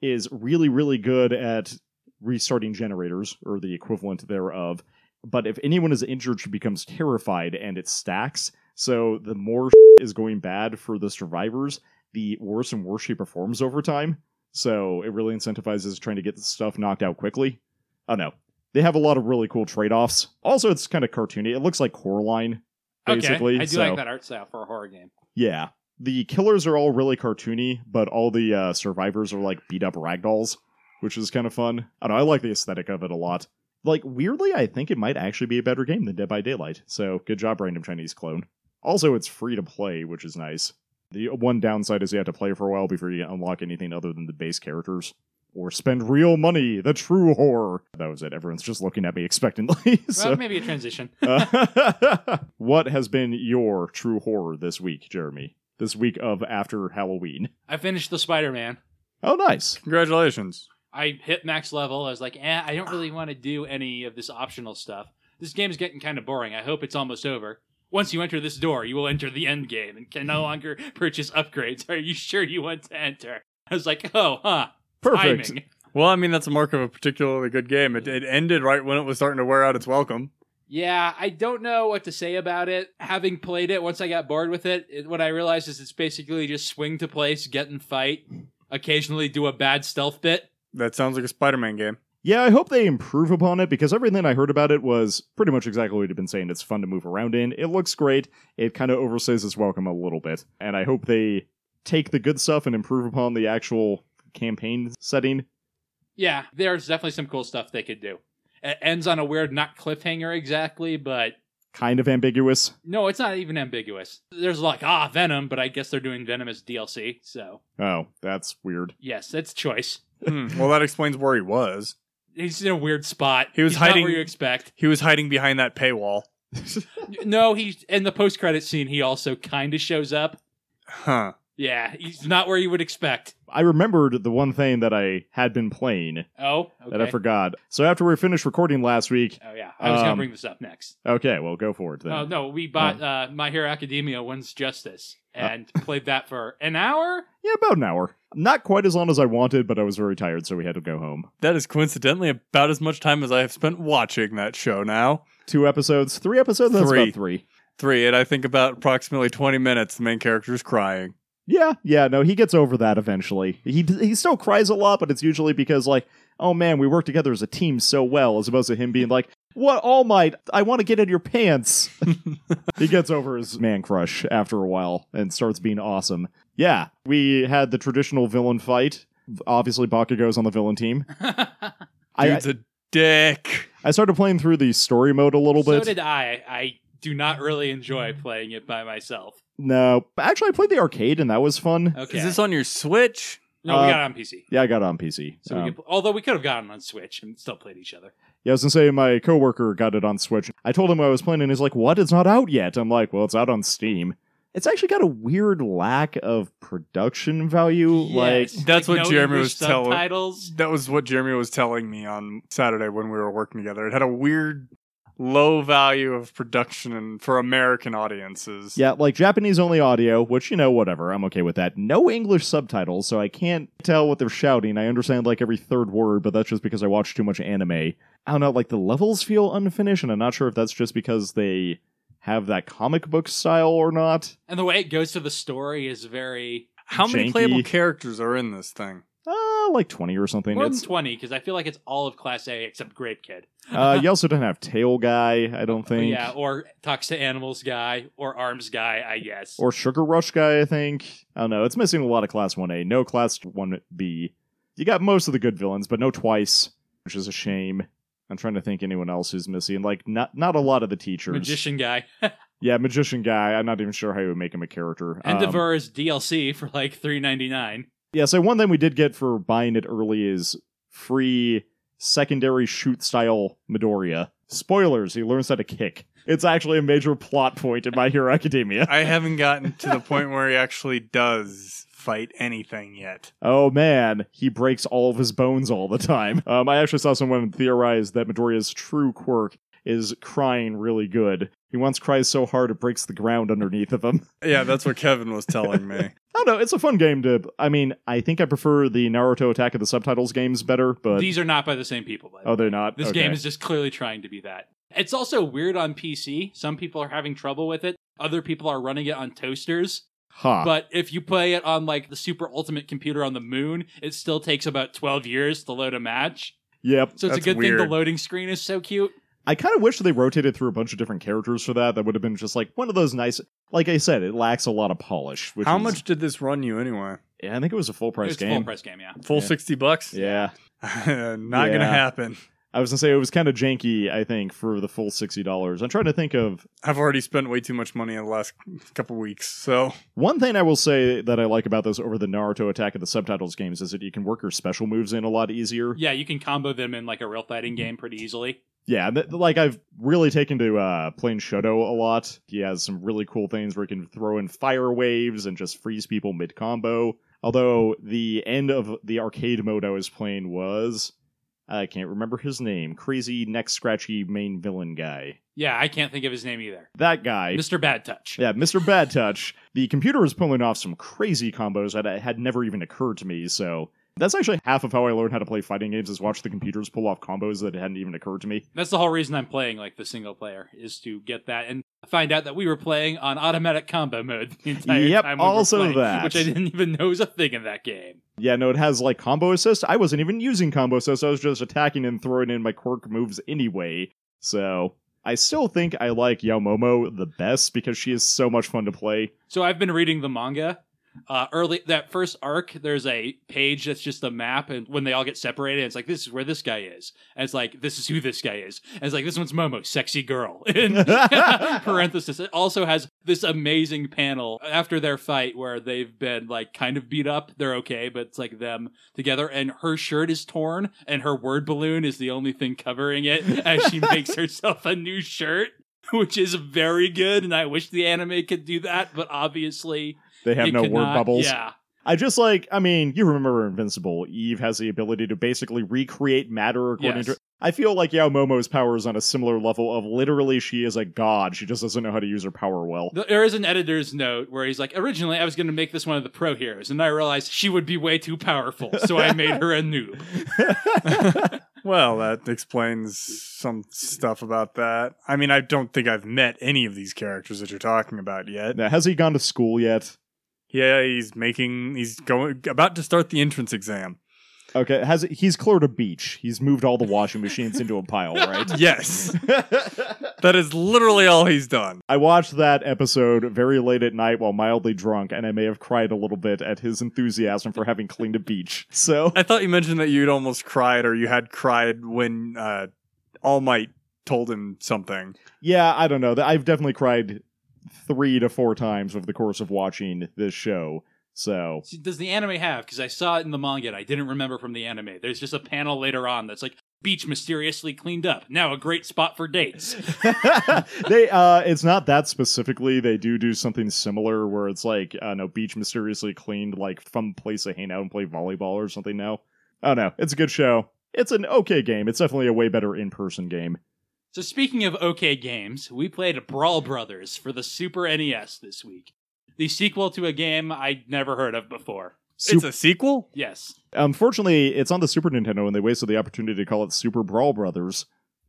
Speaker 2: is really, really good at restarting generators or the equivalent thereof but if anyone is injured, she becomes terrified and it stacks. So the more is going bad for the survivors, the worse and worse she performs over time. So it really incentivizes trying to get the stuff knocked out quickly. Oh no. They have a lot of really cool trade offs. Also, it's kind of cartoony. It looks like Coraline, basically.
Speaker 5: okay, I do
Speaker 2: so,
Speaker 5: like that art style for a horror game.
Speaker 2: Yeah. The killers are all really cartoony, but all the uh, survivors are like beat up ragdolls, which is kind of fun. I don't know, I like the aesthetic of it a lot. Like, weirdly, I think it might actually be a better game than Dead by Daylight, so good job, Random Chinese Clone. Also, it's free to play, which is nice. The one downside is you have to play for a while before you unlock anything other than the base characters. Or spend real money, the true horror. That was it. Everyone's just looking at me expectantly. so.
Speaker 5: Well, maybe a transition.
Speaker 2: Uh, what has been your true horror this week, Jeremy? This week of after Halloween.
Speaker 5: I finished the Spider Man.
Speaker 2: Oh, nice.
Speaker 3: Congratulations.
Speaker 5: I hit max level. I was like, eh, I don't really want to do any of this optional stuff. This game's getting kind of boring. I hope it's almost over. Once you enter this door, you will enter the end game and can no longer purchase upgrades. Are you sure you want to enter? I was like, oh, huh.
Speaker 2: Perfect.
Speaker 5: Timing.
Speaker 3: Well, I mean, that's a mark of a particularly good game. It, it ended right when it was starting to wear out its welcome.
Speaker 5: Yeah, I don't know what to say about it. Having played it, once I got bored with it, it what I realized is it's basically just swing to place, get in fight, occasionally do a bad stealth bit.
Speaker 3: That sounds like a Spider Man game.
Speaker 2: Yeah, I hope they improve upon it because everything I heard about it was pretty much exactly what you've been saying. It's fun to move around in. It looks great. It kind of overstays its welcome a little bit. And I hope they take the good stuff and improve upon the actual campaign setting.
Speaker 5: Yeah, there's definitely some cool stuff they could do. It ends on a weird, not cliffhanger exactly, but
Speaker 2: Kind of ambiguous.
Speaker 5: no, it's not even ambiguous. There's like, ah, Venom, but I guess they're doing Venom as DLC, so
Speaker 2: Oh, that's weird.
Speaker 5: yes, that's choice.
Speaker 3: Hmm. Well, that explains where he was.
Speaker 5: He's in a weird spot.
Speaker 3: He was
Speaker 5: He's
Speaker 3: hiding-
Speaker 5: Not where you expect?
Speaker 3: He was hiding behind that paywall.
Speaker 5: No, he in the post-credit scene. He also kind of shows up.
Speaker 3: Huh.
Speaker 5: Yeah, he's not where you would expect.
Speaker 2: I remembered the one thing that I had been playing
Speaker 5: Oh, okay.
Speaker 2: that I forgot. So after we finished recording last week,
Speaker 5: Oh yeah, I was gonna
Speaker 2: Um,
Speaker 5: bring this up next.
Speaker 2: okay, well, go for it then.
Speaker 5: Oh no, we bought uh, My Hero Academia: One's Justice and played that for an hour.
Speaker 2: Yeah, about an hour. Not quite as long as I wanted, but I was very tired, so we had to go home.
Speaker 3: That is coincidentally about as much time as I have spent watching that show now.
Speaker 2: Two episodes, three episodes. That's
Speaker 3: Three.
Speaker 2: about three.
Speaker 3: Three, and I think about approximately 20 minutes, the main character is crying.
Speaker 2: Yeah, yeah. No, he gets over that eventually. He he still cries a lot, but it's usually because like, oh man, we work together as a team so well, as opposed to him being like, what All Might, I want to get in your pants. he gets over his man crush after a while and starts being awesome. Yeah, we had the traditional villain fight. Obviously, Bakugo's on the villain team. I- I
Speaker 3: Dude's a dick.
Speaker 2: I started playing through the story mode a little
Speaker 5: so
Speaker 2: bit.
Speaker 5: did I. I do not really enjoy playing it by myself.
Speaker 2: No, but actually, I played the arcade and that was fun.
Speaker 5: Okay.
Speaker 3: Is this on your Switch?
Speaker 5: no, we
Speaker 2: uh,
Speaker 5: got it on PC.
Speaker 2: Yeah, I got it on PC.
Speaker 5: So
Speaker 2: Um,
Speaker 5: we could, although we could have gotten on Switch and still played each other.
Speaker 2: yeah, I was gonna say my coworker got it on Switch. I told him I was playing, and he's like, "What? It's not out yet." I'm like, "Well, it's out on Steam." It's actually got a weird lack of production value. Like,
Speaker 5: Yes,
Speaker 3: That's what
Speaker 5: no
Speaker 3: Jeremy was
Speaker 5: English
Speaker 3: telling-
Speaker 5: Subtitles.
Speaker 3: That was what Jeremy was telling me on Saturday when we were working together. It had a weird low value of production and for American audiences.
Speaker 2: yeah, like Japanese only audio, which you know, whatever. I'm okay with that. No English subtitles, so I can't tell what they're shouting. I understand like every third word, but that's just because I watch too much anime. I don't know. Like the levels feel unfinished, and I'm not sure if that's just because they have that comic book style or not.
Speaker 5: And the way it goes to the story is very
Speaker 3: How many
Speaker 2: Janky.
Speaker 3: playable characters are in this thing?
Speaker 2: Uh, like 20 or something.
Speaker 5: more than
Speaker 2: It's-
Speaker 5: twenty because I feel like it's all of Class A except Grape Kid.
Speaker 2: uh, you also don't have Tail Guy, I don't
Speaker 5: But
Speaker 2: think.
Speaker 5: yeah, or talks to animals guy or arms guy. I guess.
Speaker 2: or Sugar Rush Guy, I think. I don't know. It's missing a lot of Class 1A. No Class 1B. You got most of the good villains, but no Twice, which is a shame. I'm trying to think anyone else who's missing. Like, not not a lot of the teachers.
Speaker 5: magician guy.
Speaker 2: Yeah, Magician Guy. I'm not even sure how you would make him a character.
Speaker 5: and
Speaker 2: Um,
Speaker 5: Devura's DLC for like three ninety nine.
Speaker 2: Yeah, so one thing we did get for buying it early is free secondary shoot style Midoriya. Spoilers, he learns how to kick. It's actually a major plot point in My Hero Academia.
Speaker 3: I haven't gotten to the point where he actually does fight anything yet.
Speaker 2: Oh man, he breaks all of his bones all the time. Um, I actually saw someone theorize that Midoriya's true quirk is crying really good. He once cries so hard it breaks the ground underneath of him.
Speaker 3: Yeah, that's what Kevin was telling me.
Speaker 2: I don't know, it's a fun game to. I mean, I think I prefer the Naruto Attack of the Subtitles games better, but.
Speaker 5: These are not by the same people. By the way.
Speaker 2: oh, they're not?
Speaker 5: This
Speaker 2: Okay.
Speaker 5: game is just clearly trying to be that. It's also weird on PC. Some people are having trouble with it. Other people are running it on toasters.
Speaker 2: Huh.
Speaker 5: But if you play it on like the super ultimate computer on the moon, it still takes about 12 years to load a match.
Speaker 2: yep.
Speaker 5: So it's
Speaker 3: That's
Speaker 5: a good thing
Speaker 3: weird.
Speaker 5: the loading screen is so cute.
Speaker 2: I kind of wish they rotated through a bunch of different characters for that. That would have been just like one of those nice. Like I said, it lacks a lot of polish. Which
Speaker 3: How
Speaker 2: is-
Speaker 3: much did this run you anyway?
Speaker 2: Yeah, I think it was a full price
Speaker 5: it's a
Speaker 2: game.
Speaker 5: full price game, yeah.
Speaker 3: Full
Speaker 2: Yeah.
Speaker 3: 60 bucks?
Speaker 2: Yeah,
Speaker 3: Not
Speaker 2: Yeah.
Speaker 3: gonna happen.
Speaker 2: I was gonna say it was kind of janky. I think for the full sixty dollars. I'm trying to think of
Speaker 3: I've already spent way too much money in the last couple weeks, so
Speaker 2: one thing I will say that I like about this over the Naruto Attack of the Subtitles games is that you can work your special moves in a lot easier.
Speaker 5: Yeah, you can combo them in like a real fighting game pretty easily.
Speaker 2: Yeah, and th- like I've really taken to uh, playing Shoto a lot. He has some really cool things where he can throw in fire waves and just freeze people mid combo. Although the end of the arcade mode I was playing was I can't remember his name, crazy neck scratchy main villain guy.
Speaker 5: Yeah, I can't think of his name either.
Speaker 2: That guy,
Speaker 5: Mr. Bad Touch.
Speaker 2: yeah, Mr. Bad Touch. The computer was pulling off some crazy combos that had never even occurred to me. So that's actually half of how I learned how to play fighting games is watch the computers pull off combos that hadn't even occurred to me.
Speaker 5: That's the whole reason I'm playing like the single player is to get that and find out that we were playing on automatic combo mode the entire
Speaker 2: Yep,
Speaker 5: time. we were
Speaker 2: also
Speaker 5: playing,
Speaker 2: that.
Speaker 5: which I didn't even know was a thing in that game.
Speaker 2: Yeah, no, it has like combo assist. I wasn't even using combo assist. I was just attacking and throwing in my quirk moves anyway. So I still think I like Yaomomo the best because she is so much fun to play.
Speaker 5: So I've been reading the manga. Uh, early that first arc, there's a page that's just a map, and when they all get separated, it's like this is where this guy is, and it's like this is who this guy is, and it's like this one's Momo, sexy girl. In parenthesis, it also has this amazing panel after their fight where they've been like kind of beat up. They're okay, but it's like them together, and her shirt is torn, and her word balloon is the only thing covering it as she makes herself a new shirt which is very good, and I wish the anime could do that, but obviously
Speaker 2: They have
Speaker 5: it
Speaker 2: no
Speaker 5: could
Speaker 2: word
Speaker 5: not.
Speaker 2: bubbles.
Speaker 5: Yeah,
Speaker 2: I just like, I mean, you remember Invincible. Eve has the ability to basically recreate matter according
Speaker 5: Yes.
Speaker 2: to. I feel like Yaomomo's power is on a similar level of literally she is a god. She just doesn't know how to use her power well.
Speaker 5: Th- there is an editor's note where he's like, originally I was going to make this one of the pro heroes, and I realized she would be way too powerful, so I made her a noob.
Speaker 3: well, that explains some stuff about that. I mean, I don't think I've met any of these characters that you're talking about yet.
Speaker 2: Now, has he gone to school yet?
Speaker 3: Yeah, he's making he's going about to start the entrance exam.
Speaker 2: Okay, has he's cleared a beach. He's moved all the washing machines into a pile, right?
Speaker 3: Yes. that is literally all he's done.
Speaker 2: I watched that episode very late at night while mildly drunk, and I may have cried a little bit at his enthusiasm for having cleaned a beach. So,
Speaker 3: I thought you mentioned that you'd almost cried or you had cried when uh All Might told him something.
Speaker 2: yeah, I don't know. I've definitely cried three to four times over the course of watching this show. So,
Speaker 5: See, Does the anime have? Because I saw it in the manga, and I didn't remember from the anime. There's just a panel later on that's like beach mysteriously cleaned up, now a great spot for dates.
Speaker 2: they uh it's not that specifically they do do something similar where it's like uh no beach mysteriously cleaned like from place to hang out and play volleyball or something now oh no it's a good show it's an okay game it's definitely a way better in-person game
Speaker 5: So speaking of OK games, we played Brawl Brothers for the Super NES this week. The sequel to a game I'd never heard of before.
Speaker 3: it's a sequel?
Speaker 5: Yes.
Speaker 2: unfortunately it's on the super nintendo and they wasted the opportunity to call it super brawl brothers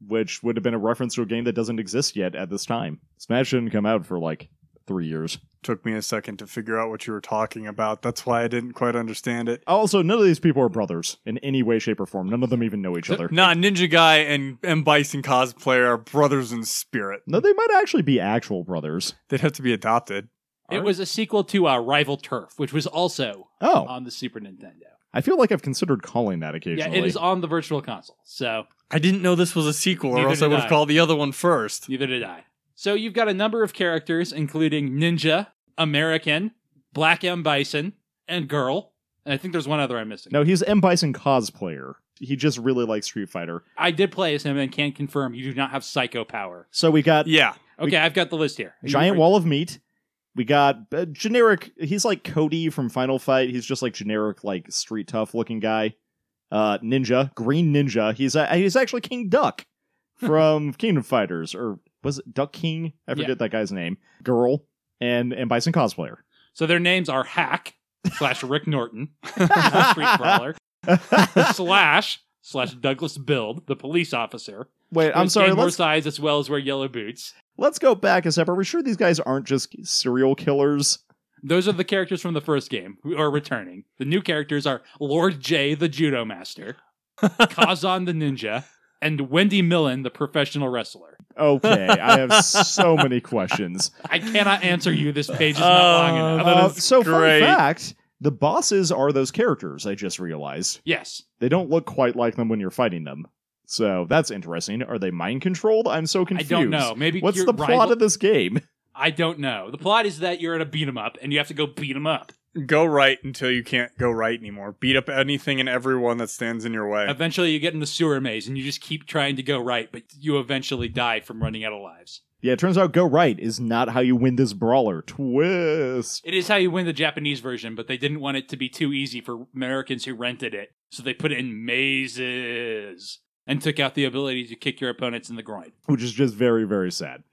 Speaker 2: which would have been a reference to a game that doesn't exist yet at this time. Smash didn't come out for like three years.
Speaker 3: Took me a second to figure out what you were talking about. That's why I didn't quite understand it.
Speaker 2: Also, none of these people are brothers in any way, shape, or form. None of them even know each other.
Speaker 3: Nah, Ninja Guy and M Bison cosplayer are brothers in spirit.
Speaker 2: No, they might actually be actual brothers.
Speaker 3: They'd have to be adopted.
Speaker 5: It was a sequel to uh, Rival Turf, which was also
Speaker 2: Oh,
Speaker 5: on the Super Nintendo.
Speaker 2: I feel like I've considered calling that
Speaker 5: Yeah,
Speaker 2: occasionally.
Speaker 5: it is on the Virtual Console. So
Speaker 3: I didn't know this was a sequel, or
Speaker 5: Neither
Speaker 3: else I
Speaker 5: did
Speaker 3: would have
Speaker 5: I.
Speaker 3: called the other one first.
Speaker 5: Neither did I. So you've got a number of characters, including Ninja, American, Black M. Bison, and Girl. And I think there's one other I'm missing.
Speaker 2: no, he's M Bison cosplayer. He just really likes Street Fighter.
Speaker 5: I did play as him and can confirm you do not have psycho power.
Speaker 2: So we got
Speaker 3: Yeah,
Speaker 5: Okay, I've got the list here.
Speaker 2: giant wall of meat. We got uh, generic. He's like Cody from Final Fight. He's just like generic, like street tough looking guy. Uh, ninja, green ninja. He's a, he's actually King Duck from Kingdom Fighters, or was it Duck King? I forget
Speaker 5: Yeah.
Speaker 2: that guy's name. Girl and and Bison cosplayer.
Speaker 5: So their names are Hack slash Rick Norton, the street brawler, slash slash Douglas Build, the police officer.
Speaker 2: Wait, I'm
Speaker 5: with
Speaker 2: sorry.
Speaker 5: Game
Speaker 2: Let's
Speaker 5: horse eyes as well as wear yellow boots.
Speaker 2: let's go back a step. Are we sure these guys aren't just serial killers?
Speaker 5: Those are the characters from the first game who are returning. The new characters are Lord J, the judo master, Kazan the ninja, and Wendy Millen, the professional wrestler.
Speaker 2: Okay, I have so many questions.
Speaker 5: I cannot answer you. This page is not long
Speaker 3: Oh,
Speaker 5: enough.
Speaker 3: that
Speaker 2: Uh,
Speaker 3: is
Speaker 2: so
Speaker 3: great.
Speaker 2: fun fact: the bosses are those characters. I just realized.
Speaker 5: Yes.
Speaker 2: They don't look quite like them when you're fighting them. So that's interesting. Are they mind controlled? I'm so confused.
Speaker 5: I don't know. Maybe
Speaker 2: What's
Speaker 5: your
Speaker 2: the plot
Speaker 5: rival-
Speaker 2: of this game?
Speaker 5: I don't know. The plot is that you're at a beat 'em up and you have to go beat 'em up.
Speaker 3: go right until you can't go right anymore. Beat up anything and everyone that stands in your way.
Speaker 5: Eventually, you get in the sewer maze and you just keep trying to go right, but you eventually die from running out of lives.
Speaker 2: Yeah, it turns out go right is not how you win this brawler. Twist.
Speaker 5: It is how you win the Japanese version, but they didn't want it to be too easy for Americans who rented it, so they put it in mazes and took out the ability to kick your opponents in the groin.
Speaker 2: Which is just very, very sad.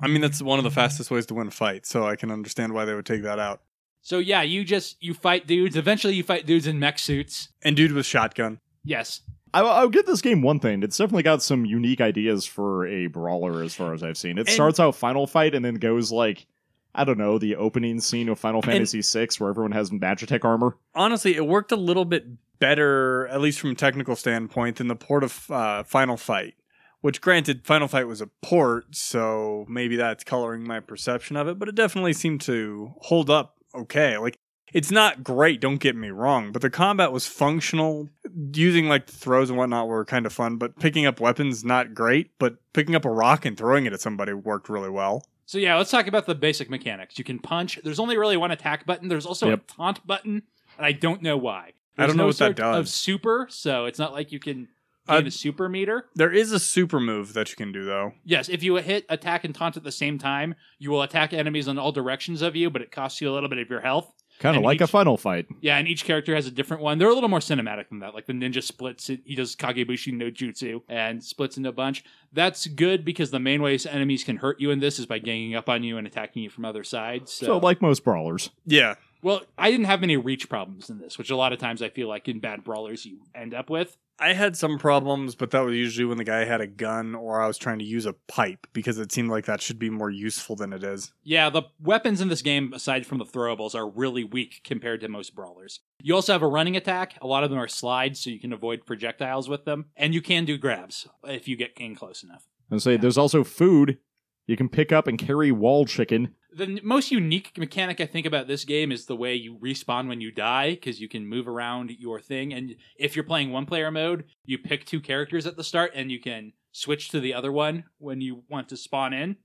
Speaker 3: I mean, that's one of the fastest ways to win a fight, so I can understand why they would take that out.
Speaker 5: So yeah, you just you fight dudes. Eventually, you fight dudes in mech suits.
Speaker 3: And dude with shotgun.
Speaker 5: Yes,
Speaker 2: I, I'll give this game one thing. It's definitely got some unique ideas for a brawler as far as I've seen. It
Speaker 3: And-
Speaker 2: starts out Final Fight and then goes like, I don't know, the opening scene of Final Fantasy VI where everyone has Magitech armor.
Speaker 3: Honestly, it worked a little bit better, at least from a technical standpoint, than the port of uh, Final Fight. Which, granted, Final Fight was a port, so maybe that's coloring my perception of it, but it definitely seemed to hold up okay. Like, it's not great, don't get me wrong, but the combat was functional. Using like throws and whatnot were kind of fun, but picking up weapons, not great, but picking up a rock and throwing it at somebody worked really well.
Speaker 5: So yeah, let's talk about the basic mechanics. You can punch. There's only really one attack button. There's also
Speaker 2: Yep.
Speaker 5: a taunt button, and I don't know
Speaker 3: I
Speaker 5: why. There's
Speaker 3: don't know
Speaker 5: no
Speaker 3: what that
Speaker 5: sort
Speaker 3: does.
Speaker 5: Of super, so it's not like you can
Speaker 3: Uh,
Speaker 5: gain a super meter.
Speaker 3: There is a super move that you can do, though.
Speaker 5: Yes, if you hit attack and taunt at the same time, you will attack enemies in all directions of you, but it costs you a little bit of your health.
Speaker 2: Kind of
Speaker 5: And
Speaker 2: like a
Speaker 5: each-
Speaker 2: Final Fight.
Speaker 5: Yeah, and each character has a different one. They're a little more cinematic than that. Like the ninja splits, it- he does Kagebushi no Jutsu and splits into a bunch. That's good because the main ways enemies can hurt you in this is by ganging up on you and attacking you from other sides.
Speaker 2: So, like most brawlers.
Speaker 3: Yeah.
Speaker 5: Well, I didn't have any reach problems in this, which a lot of times I feel like in bad brawlers you end up with.
Speaker 3: I had some problems, but that was usually when the guy had a gun or I was trying to use a pipe because it seemed like that should be more useful than it is.
Speaker 5: Yeah, the weapons in this game, aside from the throwables, are really weak compared to most brawlers. You also have a running attack. A lot of them are slides, so you can avoid projectiles with them. And you can do grabs if you get in close enough.
Speaker 2: And say there's also food you can pick up and carry wall chicken.
Speaker 5: The n- most unique mechanic I think about this game is the way you respawn when you die, because you can move around your thing. And if you're playing one player mode, you pick two characters at the start and you can switch to the other one when you want to spawn in.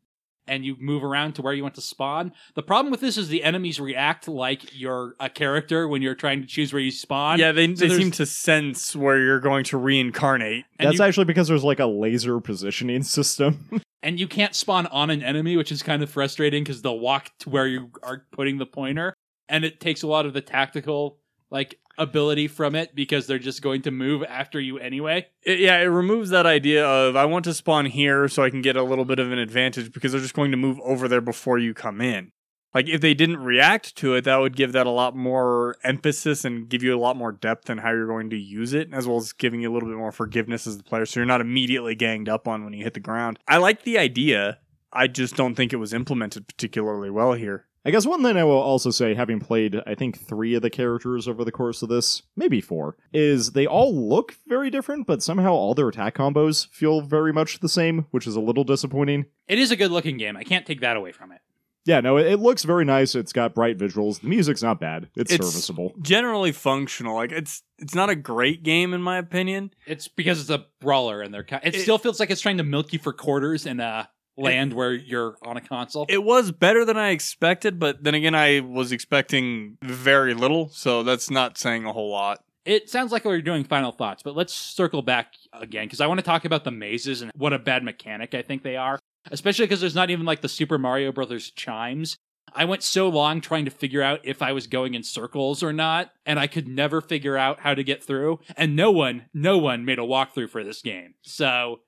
Speaker 5: And you move around to where you want to spawn. The problem with this is the enemies react like you're a character when you're trying to choose where you spawn.
Speaker 3: yeah, they,
Speaker 5: so
Speaker 3: they seem
Speaker 5: there's-
Speaker 3: to sense where you're going to reincarnate.
Speaker 5: And
Speaker 2: That's
Speaker 5: you-
Speaker 2: actually because there's like a laser positioning system.
Speaker 5: and you can't spawn on an enemy, which is kind of frustrating because they'll walk to where you are putting the pointer, and it takes a lot of the tactical like ability from it because they're just going to move after you anyway.
Speaker 3: It- yeah, it removes that idea of I want to spawn here so I can get a little bit of an advantage because they're just going to move over there before you come in. Like if they didn't react to it, that would give that a lot more emphasis and give you a lot more depth in how you're going to use it, as well as giving you a little bit more forgiveness as the player, so you're not immediately ganged up on when you hit the ground. I like the idea. I just don't think it was implemented particularly well here.
Speaker 2: I guess one thing I will also say, having played, I think, three of the characters over the course of this, maybe four, is they all look very different, but somehow all their attack combos feel very much the same, which is a little disappointing.
Speaker 5: It is a good looking game. I can't take that away from it.
Speaker 2: Yeah, no, it, it looks very nice. It's got bright visuals. The music's not bad, it's,
Speaker 3: It's-
Speaker 2: serviceable.
Speaker 3: Generally functional. Like it's it's not a great game in my opinion.
Speaker 5: It's because it's a brawler and they're. ki- It,
Speaker 3: It-
Speaker 5: still feels like it's trying to milk you for quarters in a land where you're on a console.
Speaker 3: It was better than I expected, but then again I was expecting very little, so that's not saying a whole lot.
Speaker 5: it sounds like we're doing final thoughts, but let's circle back again because I want to talk about the mazes and what a bad mechanic I think they are, especially because there's not even like the Super Mario Brothers chimes. I went so long trying to figure out if I was going in circles or not, and I could never figure out how to get through. And no one, no one made a walkthrough for this game. So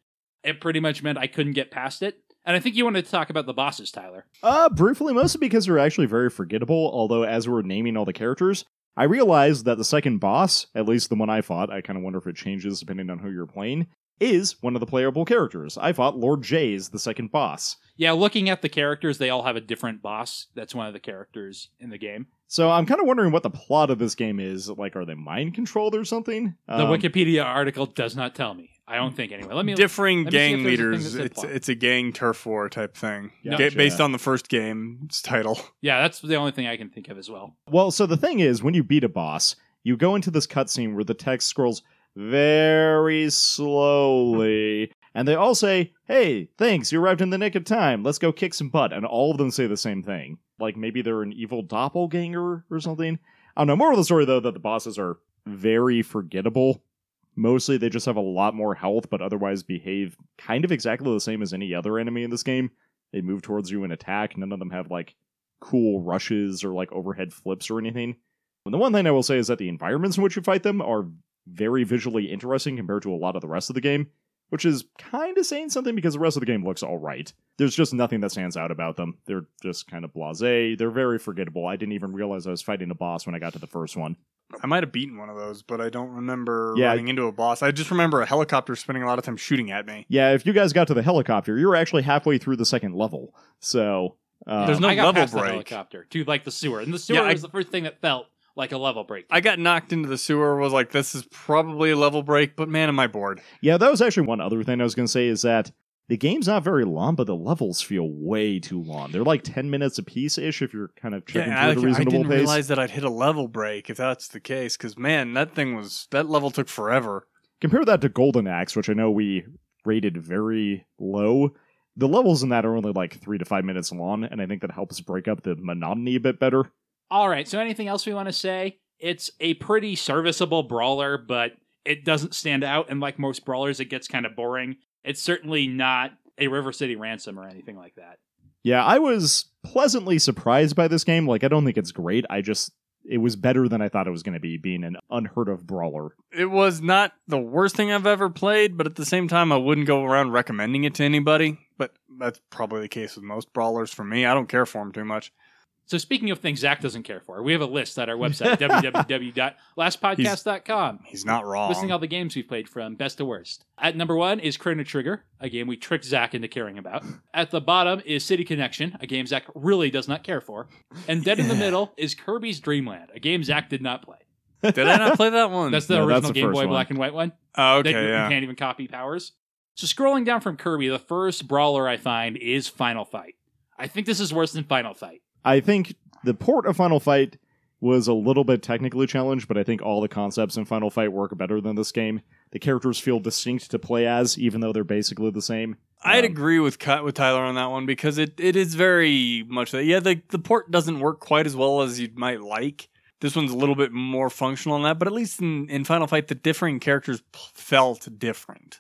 Speaker 5: it pretty much meant I couldn't get past it. And I think you wanted to talk about the bosses, Tyler.
Speaker 2: Uh, briefly, mostly because they're actually very forgettable, although as we're naming all the characters, I realized that the second boss, at least the one I fought, I kind of wonder if it changes depending on who you're playing, is one of the playable characters. I fought Lord Jays, the second boss.
Speaker 5: Yeah, looking at the characters, they all have a different boss. That's one of the characters in the game.
Speaker 2: So I'm kind of wondering what the plot of this game is. Like, are they mind controlled or something?
Speaker 5: The
Speaker 2: Um,
Speaker 5: Wikipedia article does not tell me. I don't think anyway. Let me.
Speaker 3: Differing
Speaker 5: let me see if
Speaker 3: gang
Speaker 5: there's a thing
Speaker 3: leaders.
Speaker 5: that's in
Speaker 3: It's
Speaker 5: plot.
Speaker 3: it's a gang turf war type thing.
Speaker 2: Yeah.
Speaker 3: Ga- based
Speaker 2: Gotcha.
Speaker 3: on the first game's title.
Speaker 5: yeah, that's the only thing I can think of as well.
Speaker 2: Well, so the thing is, when you beat a boss, you go into this cutscene where the text scrolls very slowly, and they all say, "Hey, thanks, you arrived in the nick of time. Let's go kick some butt." And all of them say the same thing. Like maybe they're an evil doppelganger or something. I don't know. Moral of the story, though, that the bosses are very forgettable. Mostly, they just have a lot more health, but otherwise behave kind of exactly the same as any other enemy in this game. They move towards you and attack. None of them have like cool rushes or like overhead flips or anything. And the one thing I will say is that the environments in which you fight them are very visually interesting compared to a lot of the rest of the game, which is kind of saying something because the rest of the game looks all right. There's just nothing that stands out about them. They're just kind of blasé. They're very forgettable. I didn't even realize I was fighting a boss when I got to the first one.
Speaker 3: I might have beaten one of those, but I don't remember
Speaker 2: Yeah, I-
Speaker 3: running into a boss. I just remember a helicopter spending a lot of time shooting at me.
Speaker 2: Yeah, if you guys got to the helicopter, you were actually halfway through the second level. So um,
Speaker 3: There's no
Speaker 5: Uh, I got
Speaker 3: level
Speaker 5: past the
Speaker 3: break.
Speaker 5: helicopter to like the sewer, and the sewer
Speaker 3: Yeah, I-
Speaker 5: was the first thing that felt like a level break.
Speaker 3: I got knocked into the sewer. Was like, this is probably a level break, but man, am I bored.
Speaker 2: Yeah, that was actually one other thing I was going to say is that the game's not very long, but the levels feel way too long. They're like 10 minutes a piece ish if you're kind of checking
Speaker 3: I,
Speaker 2: through
Speaker 3: I
Speaker 2: at a reasonable
Speaker 3: didn't
Speaker 2: pace.
Speaker 3: realize that I'd hit a level break if that's the case. Because man, that thing was that level took forever.
Speaker 2: Compare that to Golden Axe, which I know we rated very low. The levels in that are only like three to five minutes long, and I think that helps break up the monotony a bit better.
Speaker 5: All right. So, anything else we want to say? It's a pretty serviceable brawler, but it doesn't stand out. And like most brawlers, it gets kind of boring. It's certainly not a River City Ransom or anything like that.
Speaker 2: Yeah, I was pleasantly surprised by this game. Like, I don't think it's great. I just, it was better than I thought it was going to be, being an unheard of brawler.
Speaker 3: It was not the worst thing I've ever played, but at the same time, I wouldn't go around recommending it to anybody. But that's probably the case with most brawlers for me. I don't care for them too much.
Speaker 5: So, speaking of things Zach doesn't care for, we have a list at our website, www.lastpodcast.com.
Speaker 3: He's not wrong.
Speaker 5: listing all the games we've played from best to worst. At number one is Chrono Trigger, a game we tricked Zach into caring about. At the bottom is City Connection, a game Zach really does not care for. And dead in the middle is Kirby's Dreamland, a game Zach did not play.
Speaker 3: Did I not play that one?
Speaker 5: That's the
Speaker 2: Mm, No, that's
Speaker 5: original
Speaker 2: the
Speaker 5: Game
Speaker 2: first
Speaker 5: Boy
Speaker 2: one.
Speaker 5: Black and White one.
Speaker 3: Oh,
Speaker 5: that you,
Speaker 3: okay,
Speaker 5: you
Speaker 3: yeah.
Speaker 5: can't even copy powers. So scrolling down from Kirby, the first brawler I find is Final Fight. I think this is worse than Final Fight.
Speaker 2: I think the port of Final Fight was a little bit technically challenged, but I think all the concepts in Final Fight work better than this game. The characters feel distinct to play as, even though they're basically the same.
Speaker 3: I'd
Speaker 2: Um,
Speaker 3: agree with Ky- with Tyler on that one because it, it is very much that yeah the the port doesn't work quite as well as you might like. This one's a little bit more functional on that, but at least in, in Final Fight, the differing characters p- felt different.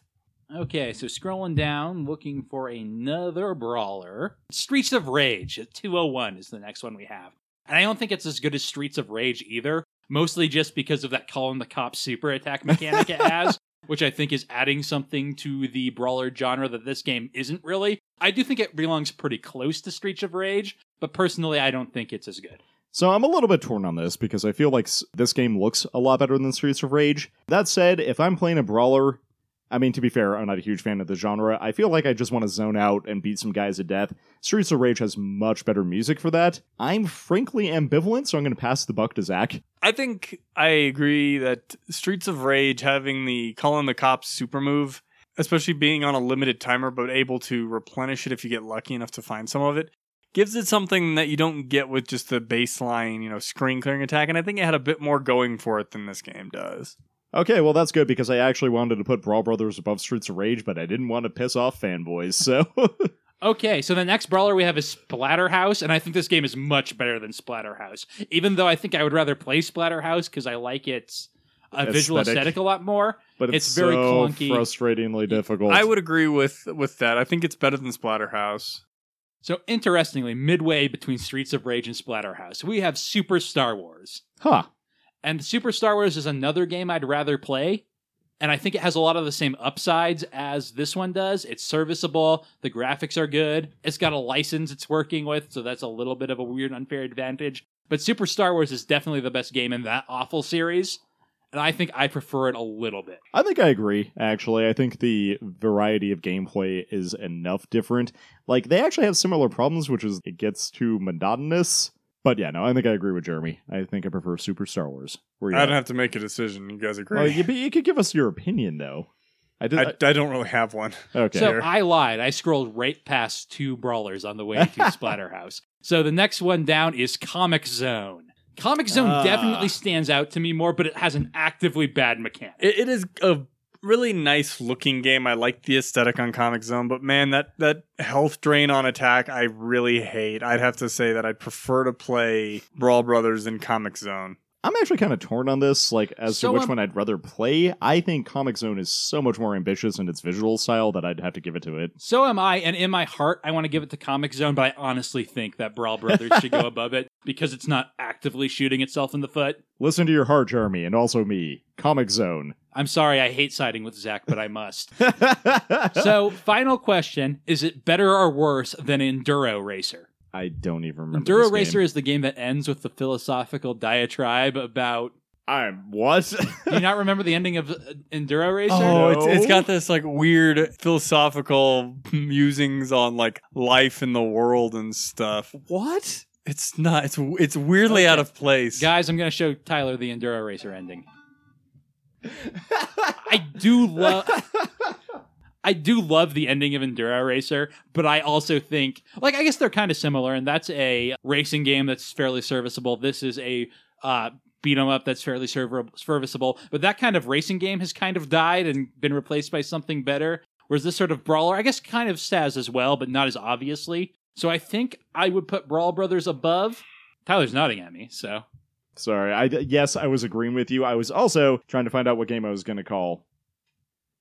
Speaker 5: Okay, so scrolling down, looking for another brawler. Streets of Rage at 201 is the next one we have. And I don't think it's as good as Streets of Rage either, mostly just because of that call in the cop super attack mechanic it has, which I think is adding something to the brawler genre that this game isn't really. I do think it belongs pretty close to Screech of Rage, but personally, I don't think it's as good.
Speaker 2: So I'm a little bit torn on this because I feel like s- this game looks a lot better than Streets of Rage. That said, if I'm playing a brawler, I mean to be fair, I'm not a huge fan of the genre. I feel like I just want to zone out and beat some guys to death. Streets of Rage has much better music for that. I'm frankly ambivalent, so I'm going to pass the buck to Zach.
Speaker 3: I think I agree that Streets of Rage having the calling the cops super move, especially being on a limited timer but able to replenish it if you get lucky enough to find some of it, gives it something that you don't get with just the baseline, you know, screen clearing attack. And I think it had a bit more going for it than this game does.
Speaker 2: Okay, well that's good because I actually wanted to put Brawl Brothers above Streets of Rage, but I didn't want to piss off fanboys. So
Speaker 5: Okay, so the next brawler we have is Splatterhouse, and I think this game is much better than Splatterhouse. Even though I think I would rather play Splatterhouse because I like its uh, visual
Speaker 2: Aesthetic.
Speaker 5: aesthetic a lot more.
Speaker 2: but it's,
Speaker 5: It's very
Speaker 2: so
Speaker 5: clunky.
Speaker 2: frustratingly difficult.
Speaker 3: I would agree with with that. I think it's better than Splatterhouse.
Speaker 5: So interestingly, midway between Streets of Rage and Splatterhouse, we have Super Star Wars.
Speaker 2: Huh.
Speaker 5: And Super Star Wars is another game I'd rather play. And I think it has a lot of the same upsides as this one does. It's serviceable, the graphics are good, it's got a license it's working with, so that's a little bit of a weird, unfair advantage. But Super Star Wars is definitely the best game in that awful series. And I think I prefer it a little bit.
Speaker 2: I think I agree, actually. I think the variety of gameplay is enough different. Like, they actually have similar problems, which is it gets too monotonous. But yeah, no, I think I agree with Jeremy. I think I prefer Super Star Wars. Where you
Speaker 3: I
Speaker 2: at?
Speaker 3: don't have to make a decision. You guys agree?
Speaker 2: Well, you, but you could give us your opinion, though. I did.
Speaker 3: I, I don't really have one.
Speaker 2: I- okay.
Speaker 5: So I lied. I scrolled right past two brawlers on the way to Splatterhouse. So the next one down is Comic Zone. Comic Zone
Speaker 2: Ah.
Speaker 5: definitely stands out to me more, but it has an actively bad mechanic.
Speaker 3: It, it is a really nice looking game. I like the aesthetic on Comic Zone, but man, that that health drain on attack, I really hate. I'd have to say that I'd prefer to play Brawl Brothers in Comic Zone.
Speaker 2: I'm actually kind of torn on this, like as
Speaker 5: So,
Speaker 2: to which
Speaker 5: um,
Speaker 2: one I'd rather play. I think Comic Zone is so much more ambitious in its visual style that I'd have to give it to it.
Speaker 5: So am I, and in my heart, I want to give it to Comic Zone, but I honestly think that Brawl Brothers should go above it because it's not actively shooting itself in the foot.
Speaker 2: Listen to your heart, Jeremy, and also me. Comic Zone.
Speaker 5: I'm sorry, I hate siding with Zach, but I must. so, final question Is it better or worse than Enduro Racer?
Speaker 2: I don't even remember.
Speaker 5: Enduro
Speaker 2: this game.
Speaker 5: Racer is the game that ends with the philosophical diatribe about.
Speaker 2: I'm what?
Speaker 5: Do you not remember the ending of uh, Enduro Racer?
Speaker 2: Oh, it's- it's got
Speaker 3: this like weird philosophical musings on like life in the world and stuff.
Speaker 2: what?
Speaker 3: It's not. It's it's weirdly out of place.
Speaker 5: Guys, I'm going to show Tyler the Enduro Racer ending. I do love. I do love the ending of Enduro Racer, but I also think, like, I guess they're kind of similar, and that's a racing game that's fairly serviceable. This is a uh, beat 'em up that's fairly server- serviceable, but that kind of racing game has kind of died and been replaced by something better. Whereas this sort of brawler, I guess, kind of says as well, but not as obviously. So I think I would put Brawl Brothers above. Tyler's nodding at me, so
Speaker 2: Sorry. I yes, I was agreeing with you. I was also trying to find out what game I was going to call.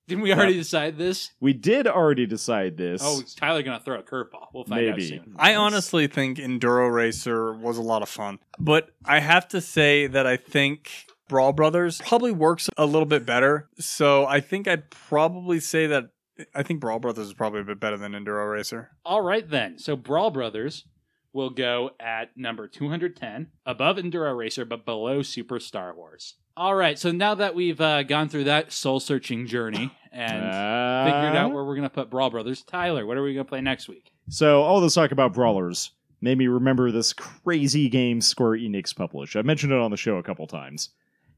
Speaker 5: didn't we already decide this?
Speaker 2: We did already decide this.
Speaker 5: Oh, is Tyler gonna throw a curveball? We'll find out
Speaker 2: Maybe.
Speaker 5: soon.
Speaker 3: I honestly think Enduro Racer was a lot of fun, but I have to say that I think Brawl Brothers probably works a little bit better. So I think I'd probably say that I think Brawl Brothers is probably a bit better than Enduro Racer.
Speaker 5: All right then. So Brawl Brothers will go at number 210, above Enduro Racer but below Super Star Wars. All right. So now that we've uh, gone through that soul-searching journey and
Speaker 2: Uh,
Speaker 5: figured out where we're gonna put Brawl Brothers, Tyler, what are we gonna play next week?
Speaker 2: So all this talk about brawlers made me remember this crazy game Square Enix published. I mentioned it on the show a couple times.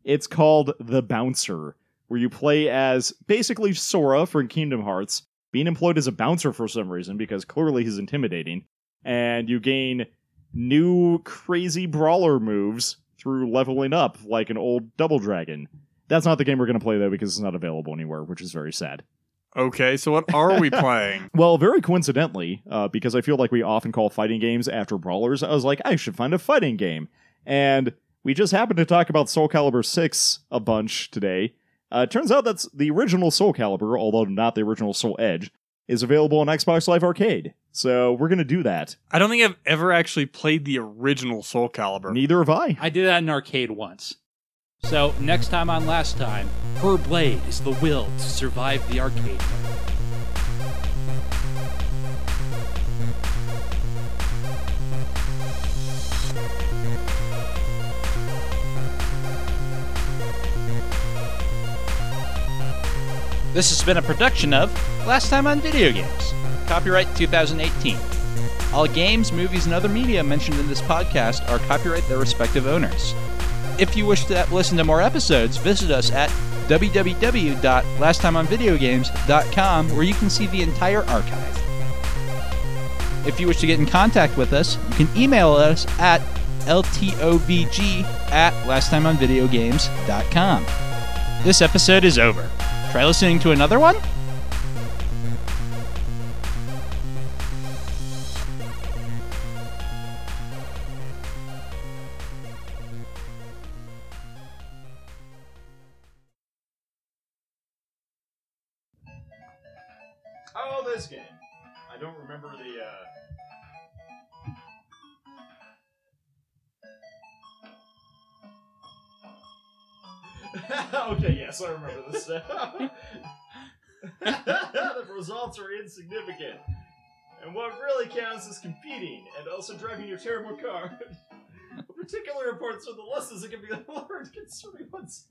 Speaker 2: It's called The Bouncer, where you play as basically Sora from Kingdom Hearts, being employed as a bouncer for some reason because clearly he's intimidating, and you gain new crazy brawler moves through leveling up like an old Double Dragon. That's not the game we're going to play though because it's not available anywhere, which is very sad.
Speaker 3: Okay, so what are we playing?
Speaker 2: Well, very coincidentally, uh, because I feel like we often call fighting games after brawlers, I was like, I should find a fighting game. And we just happened to talk about Soul Calibur 6 a bunch today. Uh, turns out that's the original Soul Calibur, although not the original Soul Edge, is available on Xbox Live Arcade. So we're going to do that.
Speaker 3: I don't think I've ever actually played the original Soul Calibur.
Speaker 2: Neither have I.
Speaker 5: I did that in arcade once. So, next time on Last Time, her blade is the will to survive the arcade.
Speaker 1: This has been a production of Last Time on Video Games. Copyright 2018. All games, movies, and other media mentioned in this podcast are copyright their respective owners. If you wish to listen to more episodes, visit us at www.lasttimeonvideogames.com where you can see the entire archive. If you wish to get in contact with us, you can email us at ltovg at lasttimeonvideogames.com. This episode is over. Try listening to another one?
Speaker 2: Oh, this game. I don't remember the. Uh... okay, yes, I remember this now. the results are insignificant. And what really counts is competing and also driving your terrible car. Particular importance are the lessons that can be learned concerning one's